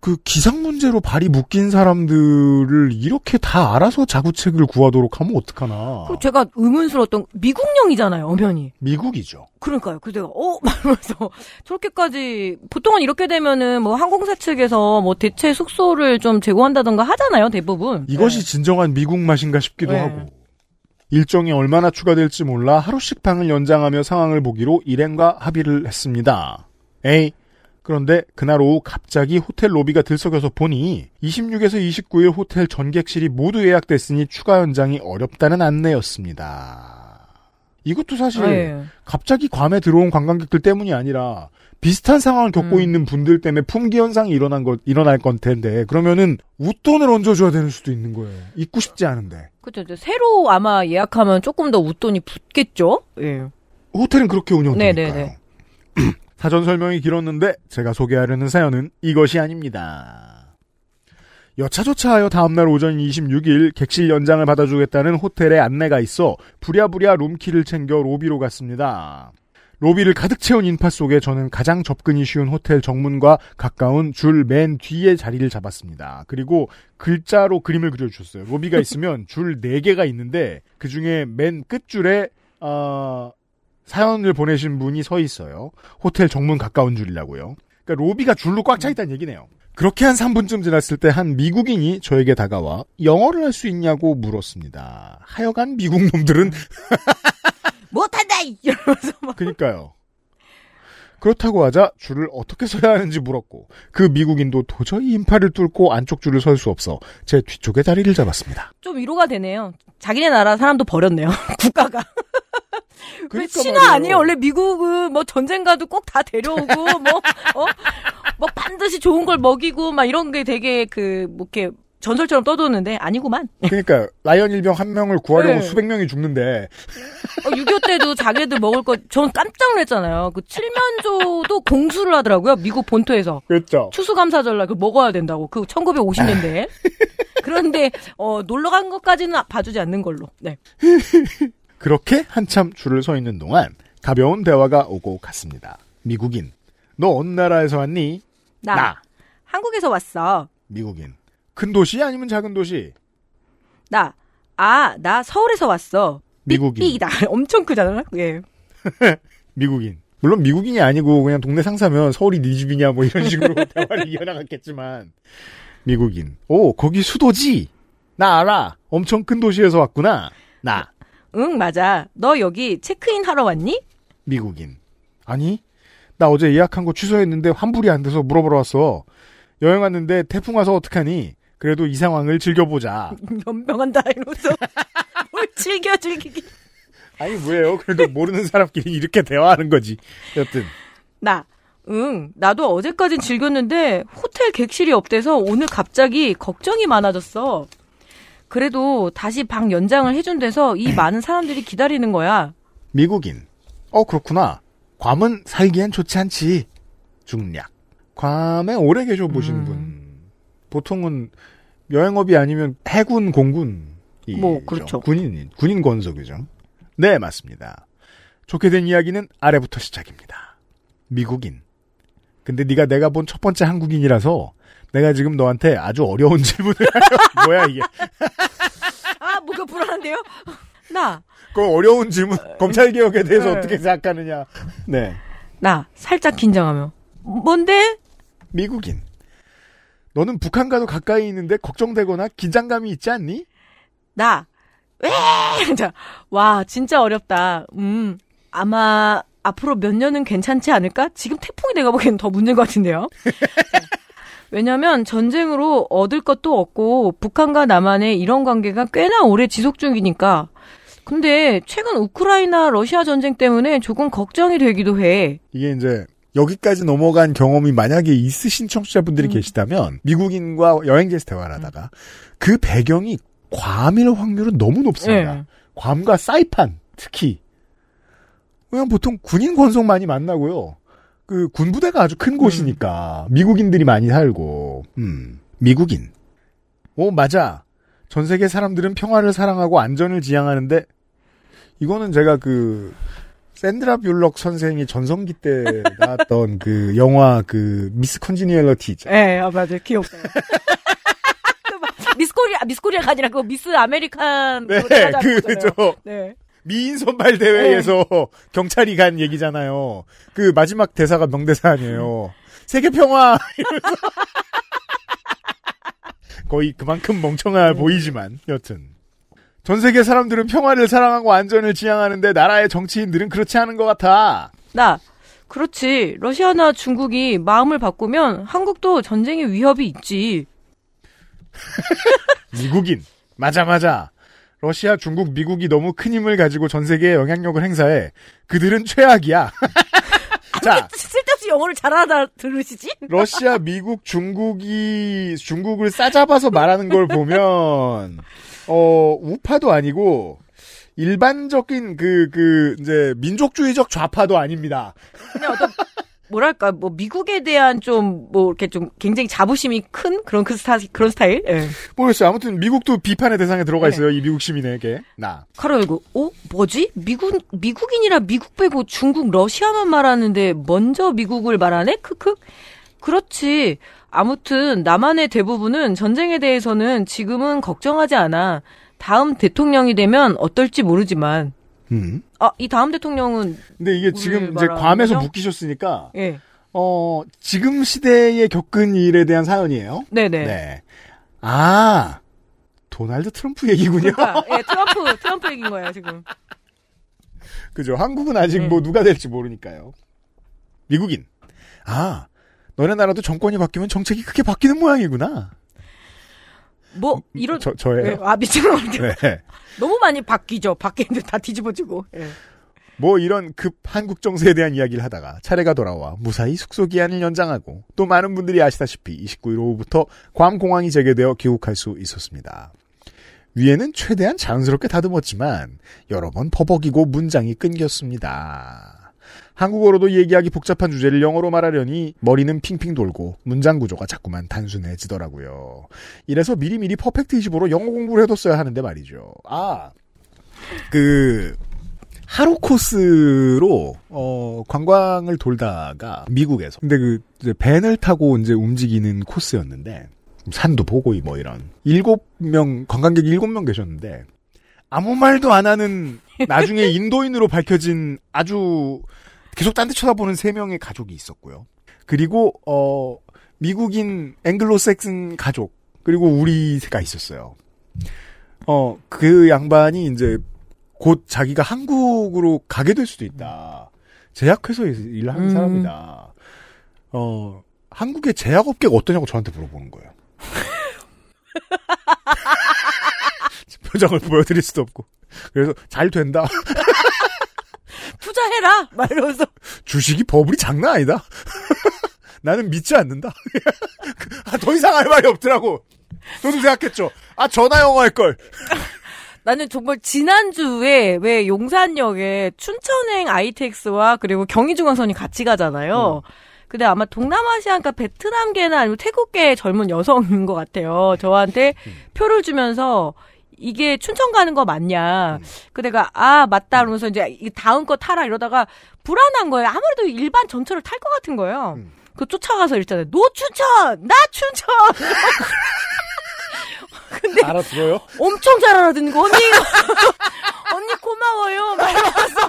그 기상 문제로 발이 묶인 사람들을 이렇게 다 알아서 자구책을 구하도록 하면 어떡하나.
그럼 제가 의문스러웠던 미국령이잖아요. 엄연히.
미국이죠.
그러니까요. 그래서 내가 어? 말하면서 저렇게까지 보통은 이렇게 되면은 뭐 항공사 측에서 뭐 대체 숙소를 좀 제공한다던가 하잖아요. 대부분.
이것이 진정한 미국 맛인가 싶기도
네.
하고. 일정이 얼마나 추가될지 몰라 하루씩 방을 연장하며 상황을 보기로 일행과 합의를 했습니다. 에이. 그런데 그날 오후 갑자기 호텔 로비가 들썩여서 보니 26에서 29일 호텔 전객실이 모두 예약됐으니 추가 연장이 어렵다는 안내였습니다. 이것도 사실
네.
갑자기 괌에 들어온 관광객들 때문이 아니라 비슷한 상황을 겪고 있는 분들 때문에 품귀 현상이 일어난 것 일어날 건 텐데 그러면은 웃돈을 얹어줘야 되는 수도 있는 거예요. 잊고 싶지 않은데
그렇죠. 이제 새로 아마 예약하면 조금 더 웃돈이 붙겠죠? 예.
호텔은 그렇게 운영되니까요.
네네네.
사전 설명이 길었는데 제가 소개하려는 사연은 이것이 아닙니다. 여차조차하여 다음날 오전 26일 객실 연장을 받아주겠다는 호텔의 안내가 있어 부랴부랴 룸키를 챙겨 로비로 갔습니다. 로비를 가득 채운 인파 속에 저는 가장 접근이 쉬운 호텔 정문과 가까운 줄 맨 뒤에 자리를 잡았습니다. 그리고 글자로 그림을 그려주셨어요. 로비가 있으면 줄 4개가 있는데 그 중에 맨 끝줄에 어, 사연을 보내신 분이 서 있어요. 호텔 정문 가까운 줄이라고요. 그러니까 로비가 줄로 꽉 차 있다는 얘기네요. 그렇게 한 3분쯤 지났을 때 한 미국인이 저에게 다가와 영어를 할 수 있냐고 물었습니다. 하여간 미국 놈들은
못한다! 이러면서 막.
그니까요. 그렇다고 하자 줄을 어떻게 서야 하는지 물었고 그 미국인도 도저히 인파를 뚫고 안쪽 줄을 설 수 없어 제 뒤쪽에 다리를 잡았습니다.
좀 위로가 되네요. 자기네 나라 사람도 버렸네요. 국가가. 왜
그러니까
신화
말이에요.
아니에요? 원래 미국은 뭐 전쟁 가도 꼭 다 데려오고 뭐 어? 뭐 반드시 좋은 걸 먹이고 막 이런 게 되게 그뭐 이렇게 전설처럼 떠도는데 아니구만.
그러니까 라이언 일병 한 명을 구하려고
네.
수백 명이 죽는데
어, 6.25 때도 자기들 먹을 거 전 깜짝 놀랐잖아요. 그 칠면조도 공수를 하더라고요. 미국 본토에서.
그렇죠.
추수감사절날 그 먹어야 된다고. 그 1950년대에. 그런데 어 놀러 간 것까지는 봐주지 않는 걸로. 네.
그렇게 한참 줄을 서 있는 동안 가벼운 대화가 오고 갔습니다. 미국인 너 어느 나라에서 왔니?
나, 한국에서 왔어.
미국인 큰 도시 아니면 작은 도시?
나 아, 나 서울에서 왔어.
미국인.
삐이다. 엄청 크잖아. 예.
미국인. 물론 미국인이 아니고 그냥 동네 상사면 서울이 네 집이냐 뭐 이런 식으로 대화를 이어나갔겠지만 미국인. 오 거기 수도지. 나 알아. 엄청 큰 도시에서 왔구나. 나
응, 맞아. 너 여기 체크인 하러 왔니?
미국인. 아니 나 어제 예약한 거 취소했는데 환불이 안 돼서 물어보러 왔어. 여행 왔는데 태풍 와서 어떡하니? 그래도 이 상황을 즐겨보자.
연병한다 이러면서 뭘 즐겨 즐기기.
아니 뭐예요? 그래도 모르는 사람끼리 이렇게 대화하는 거지. 여튼
나. 응, 나도 어제까진 즐겼는데 호텔 객실이 없대서 오늘 갑자기 걱정이 많아졌어. 그래도 다시 방 연장을 해준 데서 이 많은 사람들이 기다리는 거야.
미국인. 어, 그렇구나. 괌은 살기엔 좋지 않지. 중략. 괌에 오래 계셔 보신
음.
분. 보통은 여행업이 아니면 해군, 공군.
뭐, 그렇죠.
군인, 군인 건속이죠. 네, 맞습니다. 좋게 된 이야기는 아래부터 시작입니다. 미국인. 근데 네가 내가 본 첫 번째 한국인이라서 내가 지금 너한테 아주 어려운 질문을 하려- 뭐야 이게
아, 뭐가 불안한데요? 나,
그 어려운 질문 검찰 개혁에
네.
대해서 어떻게 생각하느냐 네
나, 살짝 긴장하며. 뭔데?
미국인. 너는 북한과도 가까이 있는데 걱정되거나 긴장감이 있지 않니?
나, 왜? 자, 와, 진짜 어렵다. 음, 아마, 앞으로 몇 년은 괜찮지 않을까? 지금 태풍이 내가 보기엔 더 문제인 것 같은데요? 네. 왜냐면 전쟁으로 얻을 것도 없고, 북한과 남한의 이런 관계가 꽤나 오래 지속 중이니까. 근데 최근 우크라이나 러시아 전쟁 때문에 조금 걱정이 되기도 해.
이게 이제 여기까지 넘어간 경험이 만약에 있으신 청취자분들이 계시다면 미국인과 여행지에서 대화를 하다가 그 배경이 괌일 확률은 너무 높습니다.
네.
괌과 사이판 특히 왜냐면 보통 군인 권속 많이 만나고요. 그 군부대가 아주 큰 곳이니까 미국인들이 많이 살고 음, 미국인. 오 맞아. 전 세계 사람들은 평화를 사랑하고 안전을 지향하는데 이거는 제가 그 샌드라 뷸럭 선생이 전성기 때 나왔던 그 영화 그 미스 컨지니얼러티 있죠.
예, 아, 맞아요. 귀엽다. 미스 코리아, 미스 코리아가 아니라 그 미스 아메리칸.
네,
그거 찾아보잖아요.
그죠.
네.
미인 선발 대회에서 경찰이 간 얘기잖아요. 그 마지막 대사가 명대사 아니에요. 세계 평화. 이러면서. 거의 그만큼 멍청해 보이지만 여튼 전 세계 사람들은 평화를 사랑하고 안전을 지향하는데 나라의 정치인들은 그렇지 않은 것 같아.
나 그렇지 러시아나 중국이 마음을 바꾸면 한국도 전쟁의 위협이 있지
미국인. 맞아, 맞아. 러시아, 중국, 미국이 너무 큰 힘을 가지고 전 세계에 영향력을 행사해. 그들은 최악이야. 자,
쓸데없이 영어를 잘하다 들으시지
러시아, 미국, 중국이 중국을 싸잡아서 말하는 걸 보면 어 우파도 아니고 일반적인 그 그 이제 민족주의적 좌파도 아닙니다.
그냥 어떤 뭐랄까 뭐 미국에 대한 좀 뭐 이렇게 좀 굉장히 자부심이 큰 그런 그 스타 그런 스타일. 예.
모르겠어요. 아무튼 미국도 비판의 대상에
네.
들어가 있어요. 이 미국 시민에게. 나.
칼을 열고 어 뭐지 미국 미국인이라 미국 빼고 중국 러시아만 말하는데 먼저 미국을 말하네 크크 그렇지 아무튼 남한의 대부분은 전쟁에 대해서는 지금은 걱정하지 않아 다음 대통령이 되면 어떨지 모르지만
음.
아 이 다음 대통령은
근데 이게
우리를
지금 이제
말하는
괌에서
거죠?
묶이셨으니까
예
어 지금 시대에 겪은 일에 대한 사연이에요.
네네
네. 아 도널드 트럼프 얘기군요.
그러니까 예 트럼프 트럼프 얘기인 거예요 지금
그죠. 한국은 아직
네.
뭐 누가 될지 모르니까요. 미국인. 아, 너네 나라도 정권이 바뀌면 정책이 크게 바뀌는 모양이구나.
뭐 이런
저, 저예요.
예, 아 미친놈 들
네.
너무 많이 바뀌죠 바뀌는데 다 뒤집어지고 예.
뭐 이런 급 한국 정세에 대한 이야기를 하다가 차례가 돌아와 무사히 숙소 기한을 연장하고 또 많은 분들이 아시다시피 29일 오후부터 괌 공항이 재개되어 귀국할 수 있었습니다. 위에는 최대한 자연스럽게 다듬었지만 여러 번 버벅이고 문장이 끊겼습니다. 한국어로도 얘기하기 복잡한 주제를 영어로 말하려니 머리는 핑핑 돌고 문장 구조가 자꾸만 단순해지더라고요. 이래서 미리미리 퍼펙트 25로 영어 공부를 해뒀어야 하는데 말이죠. 아, 그 하루 코스로 어 관광을 돌다가 미국에서 근데 그 이제 밴을 타고 이제 움직이는 코스였는데 산도 보고 뭐 이런 일곱 명 관광객 일곱 명 계셨는데 아무 말도 안 하는 나중에 인도인으로 밝혀진 아주 계속 딴 데 쳐다보는 세 명의 가족이 있었고요. 그리고 어 미국인 앵글로색슨 가족 그리고 우리가 있었어요. 어 그 양반이 이제 곧 자기가 한국으로 가게 될 수도 있다. 제약회사에서 일을 하는
음.
사람이다. 어, 한국의 제약업계가 어떠냐고 저한테 물어보는 거예요. 표정을 보여드릴 수도 없고. 그래서 잘 된다.
투자해라 말로서
주식이 버블이 장난 아니다. 나는 믿지 않는다. 아, 더 이상 할 말이 없더라고. 저도 생각했죠. 아, 전화 영어 할 걸.
나는 정말 지난주에 왜 용산역에 춘천행 ITX와 그리고 경의중앙선이 같이 가잖아요. 근데 아마 동남아시아니까 베트남계나 아니면 태국계 젊은 여성인 것 같아요. 저한테 표를 주면서 이게 춘천 가는 거 맞냐. 그 내가 아 맞다 그러면서 이제 이 다음 거 타라 이러다가 불안한 거예요. 아무래도 일반 전철을 탈 것 같은 거예요. 그 쫓아가서 이랬잖아요. 노 춘천, 나 춘천.
알아들어요?
엄청 잘 알아듣는 거 언니 언니 고마워요 말면서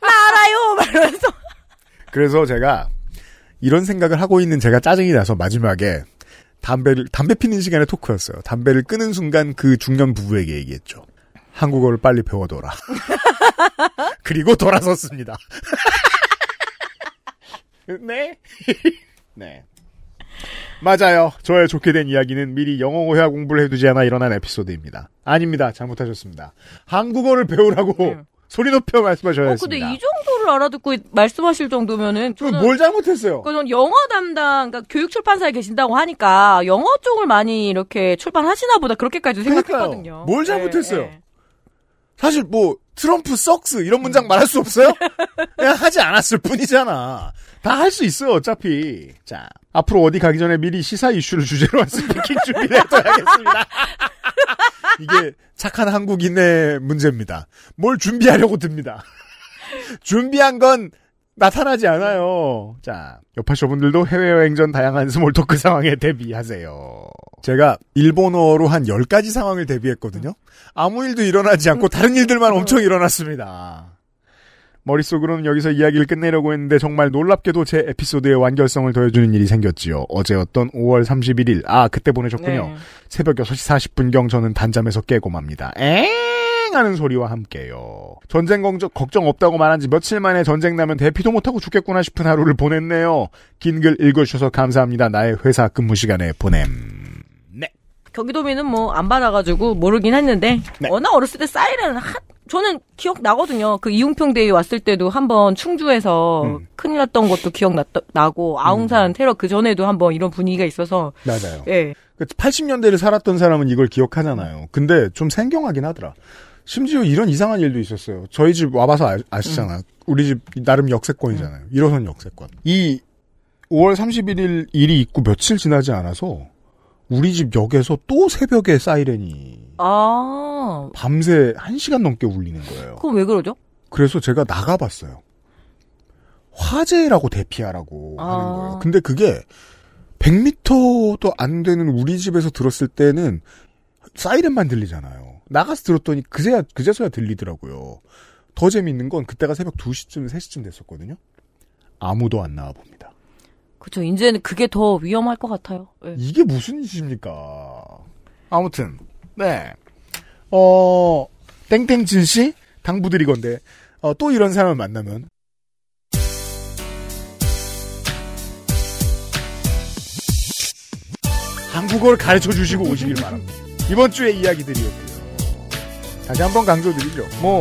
나 알아요 말면서 어,
그래서 제가 이런 생각을 하고 있는 제가 짜증이 나서 마지막에 담배를 담배 피는 시간에 토크였어요. 담배를 끄는 순간 그 중년 부부에게 얘기했죠. 한국어를 빨리 배워둬라. 그리고 돌아섰습니다. 네. 네. 맞아요. 저의 좋게 된 이야기는 미리 영어 회화 공부를 해두지 않아 일어난 에피소드입니다. 아닙니다. 잘못하셨습니다. 한국어를 배우라고 소리 높여 말씀하셔야
네. 어,
했습니다.
근데 이 정도를 알아듣고 말씀하실 정도면은 저는
뭘 잘못했어요?
그전 영어 담당 그러니까 교육 출판사에 계신다고 하니까 영어 쪽을 많이 이렇게 출판하시나 보다 그렇게까지
그러니까요.
생각했거든요
뭘
네,
잘못했어요?
네.
사실 뭐 트럼프 썩스 이런 문장 말할 수 없어요? 그냥 하지 않았을 뿐이잖아. 다 할 수 있어요 어차피. 자 앞으로 어디 가기 전에 미리 시사 이슈를 주제로 한 스피킹 준비를 해둬야겠습니다. 이게 착한 한국인의 문제입니다. 뭘 준비하려고 듭니다. 준비한 건 나타나지 않아요. 자, 옆하쇼 분들도 해외여행 전 다양한 스몰 토크 상황에 대비하세요. 제가 일본어로 한 10가지 상황을 대비했거든요. 아무 일도 일어나지 않고 다른 일들만 엄청 일어났습니다. 머릿속으로는 여기서 이야기를 끝내려고 했는데 정말 놀랍게도 제 에피소드의 완결성을 더해주는 일이 생겼지요. 어제 어떤 5월 31일, 아, 그때 보내셨군요.
네.
새벽 6시 40분경 저는 단잠에서 깨고 맙니다. 엥! 하는 소리와 함께요. 전쟁 걱정, 걱정 없다고 말한 지 며칠 만에 전쟁 나면 대피도 못하고 죽겠구나 싶은 하루를 보냈네요. 긴 글 읽어주셔서 감사합니다. 나의 회사 근무 시간에 보냄.
경기도민은 뭐 안 받아가지고 모르긴 했는데
네.
워낙 어렸을 때 사이렌 하, 저는 기억 나거든요. 그 이웅평 대회 왔을 때도 한번 충주에서 큰일 났던 것도 기억 나고 아웅산 테러 그 전에도 한번 이런 분위기가 있어서
맞아요.
예
80년대를 그러니까 살았던 사람은 이걸 기억하잖아요. 근데 좀 생경하긴 하더라. 심지어 이런 이상한 일도 있었어요. 저희 집 와봐서 아, 시잖아 우리 집 나름 역세권이잖아요. 일어선 역세권. 이 5월 31일 일이 있고 며칠 지나지 않아서 우리 집 역에서 또 새벽에 사이렌이
아,
밤새 1시간 넘게 울리는 거예요.
그건 왜 그러죠?
그래서 제가 나가봤어요. 화재라고 대피하라고 하는
아.
거예요. 근데 그게 100m도 안 되는 우리 집에서 들었을 때는 사이렌만 들리잖아요. 나가서 들었더니 그제야, 그제서야 들리더라고요. 더 재밌는 건 그때가 새벽 2시쯤, 3시쯤 됐었거든요. 아무도 안 나와 봅니다.
그쵸. 이제는 그게 더 위험할 것 같아요. 예.
이게 무슨 짓입니까? 아무튼, 네. 어, 땡땡진 씨? 당부드리건데, 어, 또 이런 사람을 만나면. 한국어를 가르쳐 주시고 오시길 바랍니다. 이번 주의 이야기들이었고요. 다시 한번 강조드리죠. 뭐,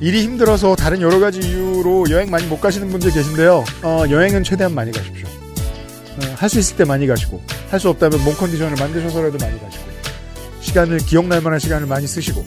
일이 힘들어서 다른 여러 가지 이유로 여행 많이 못 가시는 분들 계신데요. 어, 여행은 최대한 많이 가십시오. 어, 할 수 있을 때 많이 가시고 할 수 없다면 몸 컨디션을 만드셔서라도 많이 가시고 시간을 기억날 만한 시간을 많이 쓰시고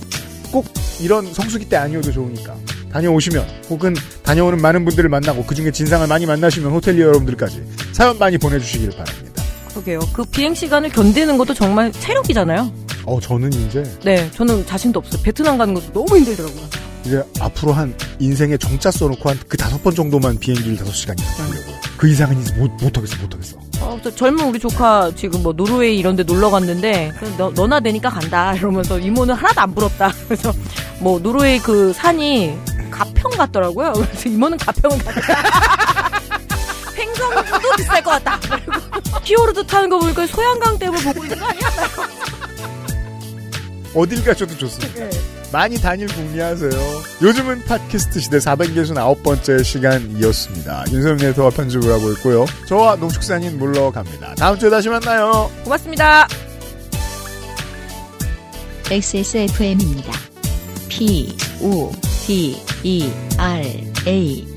꼭 이런 성수기 때 아니어도 좋으니까 다녀오시면 혹은 다녀오는 많은 분들을 만나고 그중에 진상을 많이 만나시면 호텔리어 여러분들까지 사연 많이 보내주시길 바랍니다.
그러게요. 그 비행 시간을 견디는 것도 정말 체력이잖아요.
어 저는 이제
네, 저는 자신도 없어요. 베트남 가는 것도 너무 힘들더라고요.
이제 앞으로 한 인생에 정자 써놓고 한 그 다섯 번 정도만 비행기를 다섯 시간 타려고 그 이상은 이제 못 못하겠어 못하겠어.
어, 저 젊은 우리 조카 지금 뭐 노르웨이 이런 데 놀러 갔는데 그래서 너, 너나 되니까 간다 이러면서 이모는 하나도 안 부럽다 그래서 뭐 노르웨이 그 산이 가평 같더라고요 그래서 이모는 가평을 갔다 횡성도 비쌀 것 같다 그리고 키오르드 타는 거 보니까 소양강 댐을 보고 있는 거 아니야?
어딜 가셔도 좋습니다. 많이 다닐 궁리하세요. 요즘은 팟캐스트 시대 469번째 시간이었습니다. 윤세민 에디터와 편집을 하고 있고요. 저와 농축산인 물러갑니다. 다음 주에 다시 만나요.
고맙습니다
XSFM입니다. P, O, T, E, R, A.